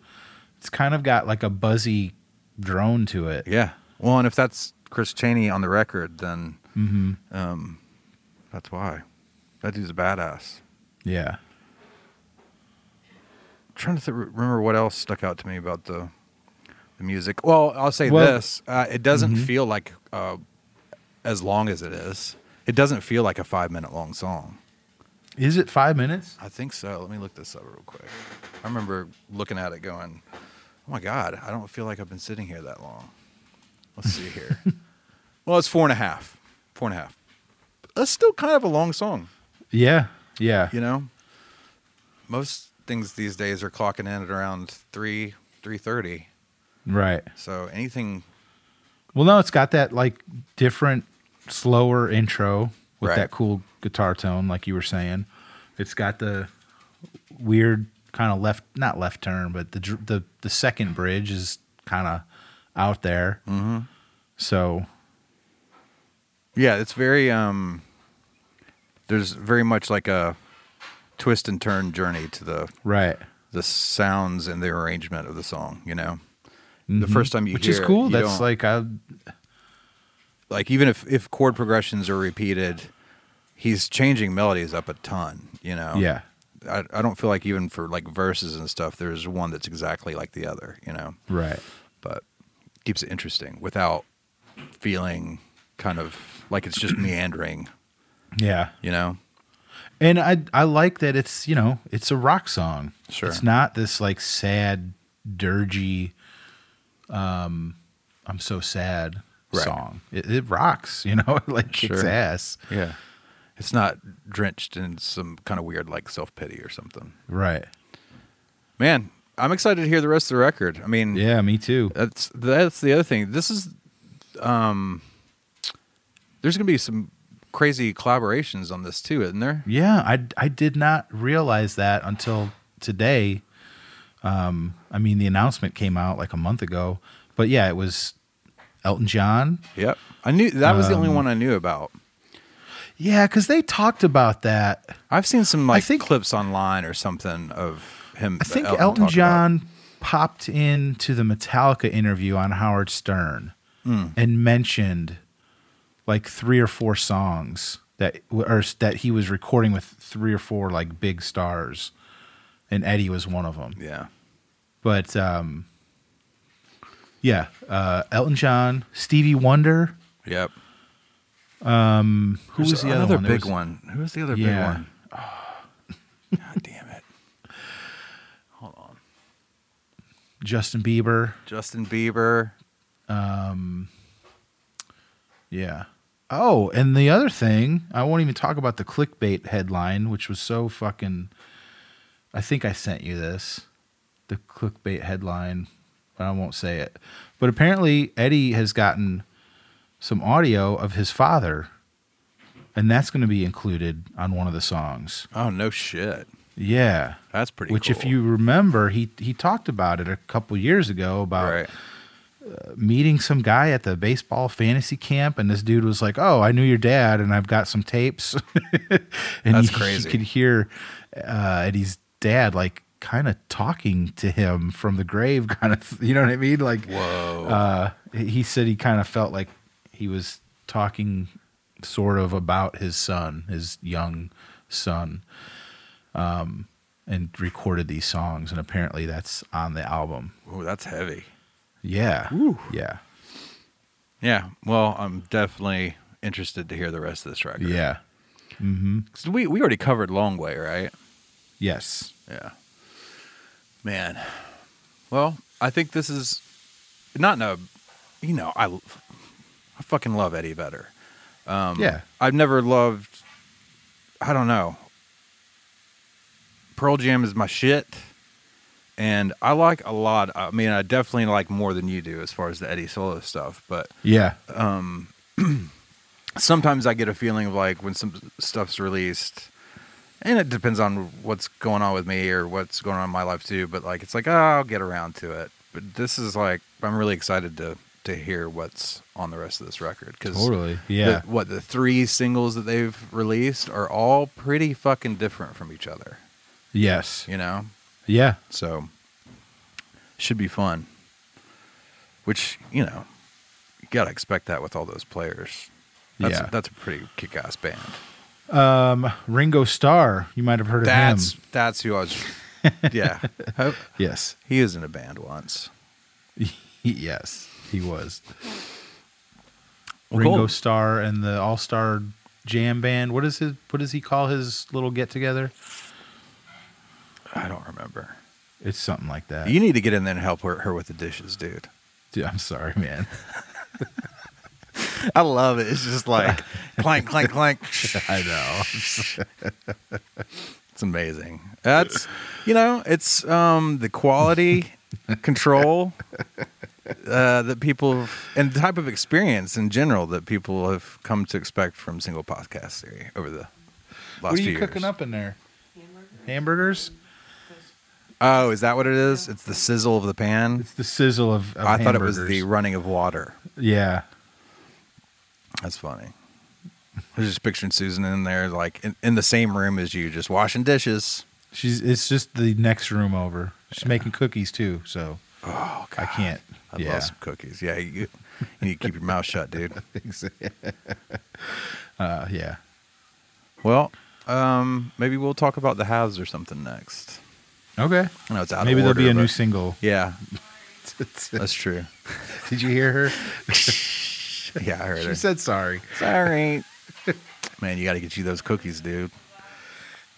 Speaker 3: It's kind of got like a buzzy drone to it.
Speaker 4: yeah. Well, and if that's Chris Cheney on the record, then um,
Speaker 3: Mm-hmm.
Speaker 4: that's why. That dude's a badass.
Speaker 3: Yeah.
Speaker 4: trying to th- remember what else stuck out to me about the the music. Well, I'll say
Speaker 3: Well- mm-hmm.
Speaker 4: this: uh, it doesn't feel like uh, as long as it is. It doesn't feel like a five minute long song.
Speaker 3: Is it five minutes?
Speaker 4: I think so. Let me look this up real quick. I remember looking at it, going, "Oh my god, I don't feel like I've been sitting here that long." Let's see here. well, it's four and a half. Four and a half. That's still kind of a long song,
Speaker 3: Yeah. Yeah.
Speaker 4: you know. Most things these days are clocking in at around three three thirty.
Speaker 3: Right.
Speaker 4: So anything,
Speaker 3: Well, no, it's got that like different, slower intro with
Speaker 4: Right.
Speaker 3: that cool guitar tone, like you were saying. It's got the weird kind of left, not left turn, but the dr- the the second bridge is kind of out there. Mm-hmm. So
Speaker 4: yeah, it's very um. There's very much like a twist and turn journey to the
Speaker 3: right,
Speaker 4: the sounds and the arrangement of the song, you know, The first time you
Speaker 3: Mm-hmm. which
Speaker 4: hear
Speaker 3: is
Speaker 4: it,
Speaker 3: cool.
Speaker 4: you
Speaker 3: That's
Speaker 4: don't-
Speaker 3: like I
Speaker 4: like even if if chord progressions are repeated, he's changing melodies up a ton. You know.
Speaker 3: yeah.
Speaker 4: I, I don't feel like even for like verses and stuff, there's one that's exactly like the other. You know.
Speaker 3: Right.
Speaker 4: but keeps it interesting without feeling kind of like it's just meandering,
Speaker 3: Yeah.
Speaker 4: you know?
Speaker 3: And I I like that it's, you know, it's a rock song.
Speaker 4: Sure.
Speaker 3: It's not this like sad, dirgy um I'm so sad
Speaker 4: Right.
Speaker 3: song. It, it rocks, you know, like it's
Speaker 4: Sure.
Speaker 3: ass.
Speaker 4: Yeah. It's not drenched in some kind of weird like self pity or something.
Speaker 3: Right.
Speaker 4: Man, I'm excited to hear the rest of the record. I mean,
Speaker 3: Yeah, me too.
Speaker 4: that's that's the other thing. This is um there's going to be some crazy collaborations on this too, isn't there?
Speaker 3: Yeah, I I did not realize that until today. Um, I mean, the announcement came out like a month ago, but yeah, it was Elton John.
Speaker 4: Yep. I knew that was the
Speaker 3: Um,
Speaker 4: only one I knew about.
Speaker 3: Yeah, because they talked about that.
Speaker 4: I've seen some like
Speaker 3: think-
Speaker 4: clips online or something of him. uh,
Speaker 3: I think
Speaker 4: Elton
Speaker 3: Elton,
Speaker 4: talking about-
Speaker 3: John popped into the Metallica interview on Howard Stern
Speaker 4: Hmm.
Speaker 3: and mentioned like three or four songs that or that he was recording with three or four like big stars, and Eddie was one of them.
Speaker 4: Yeah.
Speaker 3: But um, yeah, uh, Elton John, Stevie Wonder.
Speaker 4: Yep.
Speaker 3: Who was the other
Speaker 4: another
Speaker 3: one? There
Speaker 4: big
Speaker 3: was-
Speaker 4: one? Who was the other
Speaker 3: Yeah.
Speaker 4: big one? God damn it!
Speaker 3: Justin Bieber.
Speaker 4: Justin Bieber.
Speaker 3: Yeah. Oh, and the other thing, I won't even talk about the clickbait headline, which was so fucking. I think I sent you this, the clickbait headline, but I won't say it. But apparently, Eddie has gotten some audio of his father, and that's going to be included on one of the songs.
Speaker 4: Oh no shit!
Speaker 3: Yeah.
Speaker 4: That's pretty.
Speaker 3: which if
Speaker 4: cool.
Speaker 3: you remember he he talked about it a couple years ago about
Speaker 4: right,
Speaker 3: meeting some guy at the baseball fantasy camp and this dude was like oh i knew your dad and i've got some tapes and
Speaker 4: That's
Speaker 3: you,
Speaker 4: crazy.
Speaker 3: could hear uh eddie's dad like kind of talking to him from the grave kind of you know what i mean like
Speaker 4: whoa,
Speaker 3: uh he said he kind of felt like he was talking sort of about his son his young son um and recorded these songs and apparently that's on the album
Speaker 4: Ooh, that's heavy.
Speaker 3: yeah yeah
Speaker 4: Yeah. Well, I'm definitely interested to hear the rest of this record.
Speaker 3: yeah
Speaker 4: 'Cause we we already covered Long Way, right?
Speaker 3: yes
Speaker 4: Yeah. Man. Well, I think this is not in a. You know, I I fucking love Eddie Vedder. Um,
Speaker 3: yeah
Speaker 4: I've never loved. I don't know. Pearl Jam is my shit, and I like a lot. I mean, I definitely like more than you do as far as the Eddie solo stuff. But
Speaker 3: yeah
Speaker 4: sometimes I get a feeling of like when some stuff's released, and it depends on what's going on with me or what's going on in my life too. But like, it's like oh, I'll get around to it. But this is like I'm really excited to to hear what's on the rest of this record because
Speaker 3: totally
Speaker 4: the,
Speaker 3: yeah
Speaker 4: what the three singles that they've released are all pretty fucking different from each other,
Speaker 3: yes
Speaker 4: you know?
Speaker 3: yeah
Speaker 4: So should be fun. Which, you know, you got to expect that with all those players. That's,
Speaker 3: Yeah.
Speaker 4: that's a pretty kick-ass band.
Speaker 3: ringo starr you might have heard of
Speaker 4: That's
Speaker 3: him
Speaker 4: that's who I was Yeah. Ho-
Speaker 3: yes
Speaker 4: He was in a band once.
Speaker 3: yes he was
Speaker 4: Well,
Speaker 3: Ringo
Speaker 4: cool.
Speaker 3: Starr and the All Star Jam Band. What is his? What does he call his little get together?
Speaker 4: I don't remember.
Speaker 3: It's something like that.
Speaker 4: You need to get in there and help her, her with the dishes, dude.
Speaker 3: Dude, I'm sorry, man.
Speaker 4: I love it. It's just like clank, clank, clank.
Speaker 3: I know.
Speaker 4: It's amazing. That's you know, it's um the quality control uh that people have- and the type of experience in general that people have come to expect from single podcast theory over the last
Speaker 3: what are
Speaker 4: few
Speaker 3: you
Speaker 4: years.
Speaker 3: cooking up in there? Hamburgers.
Speaker 4: Oh, is that what it is? It's the sizzle of the pan.
Speaker 3: It's the sizzle of. of
Speaker 4: I thought it was the
Speaker 3: hamburgers.
Speaker 4: running of water.
Speaker 3: Yeah.
Speaker 4: That's funny. I was just picturing Susan in there, like in, in the same room as you, just washing dishes.
Speaker 3: She's. It's just the next room over. She's making cookies too. So Oh, I can't.
Speaker 4: Ah, I
Speaker 3: yeah.
Speaker 4: love some cookies. Yeah, you, you need to keep your mouth shut, dude.
Speaker 3: uh, yeah.
Speaker 4: Well, um, maybe we'll talk about the halves or something next.
Speaker 3: Okay.
Speaker 4: I know it's out
Speaker 3: Maybe
Speaker 4: of
Speaker 3: there'll
Speaker 4: order,
Speaker 3: be a new
Speaker 4: but-
Speaker 3: single.
Speaker 4: Yeah, that's true.
Speaker 3: Did you hear her?
Speaker 4: Yeah, I heard
Speaker 3: She
Speaker 4: her.
Speaker 3: said sorry.
Speaker 4: Sorry. Man, you got to get you those cookies, dude.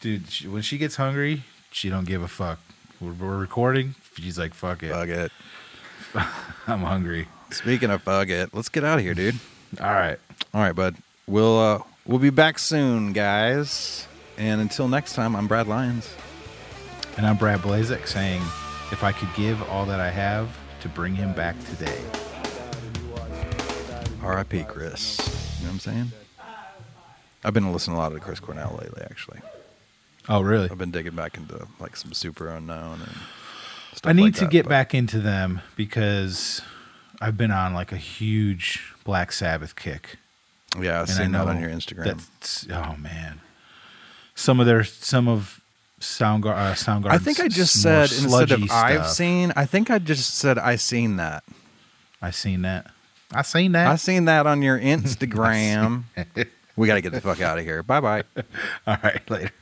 Speaker 3: Dude, she, when she gets hungry, she don't give a fuck. We're, we're recording. She's like, fuck it.
Speaker 4: Fuck it.
Speaker 3: I'm hungry.
Speaker 4: Speaking of fuck it, let's get out of here, dude.
Speaker 3: All right.
Speaker 4: All right, bud. We'll uh, we'll be back soon, guys. And until next time, I'm Brad Lyons.
Speaker 3: And I'm Brad Blazek saying, if I could give all that I have to bring him back today.
Speaker 4: R.I.P. Chris. You know what I'm saying? I've been listening a lot to Chris Cornell lately. Actually,
Speaker 3: Oh, really?
Speaker 4: I've been digging back into like some super unknown and. Stuff
Speaker 3: I need
Speaker 4: like
Speaker 3: to
Speaker 4: that,
Speaker 3: get
Speaker 4: but-
Speaker 3: back into them because I've been on like a huge Black Sabbath kick.
Speaker 4: Yeah, I've
Speaker 3: And I
Speaker 4: seen that on
Speaker 3: know
Speaker 4: your Instagram.
Speaker 3: That's, oh man, some of their some of Soundgar uh, Soundgarden.
Speaker 4: I think I just said instead of I've seen, I think I just said I seen that.
Speaker 3: I seen that. I seen that.
Speaker 4: I seen that on your Instagram. we got to get the fuck out of here. Bye bye.
Speaker 3: All right, later.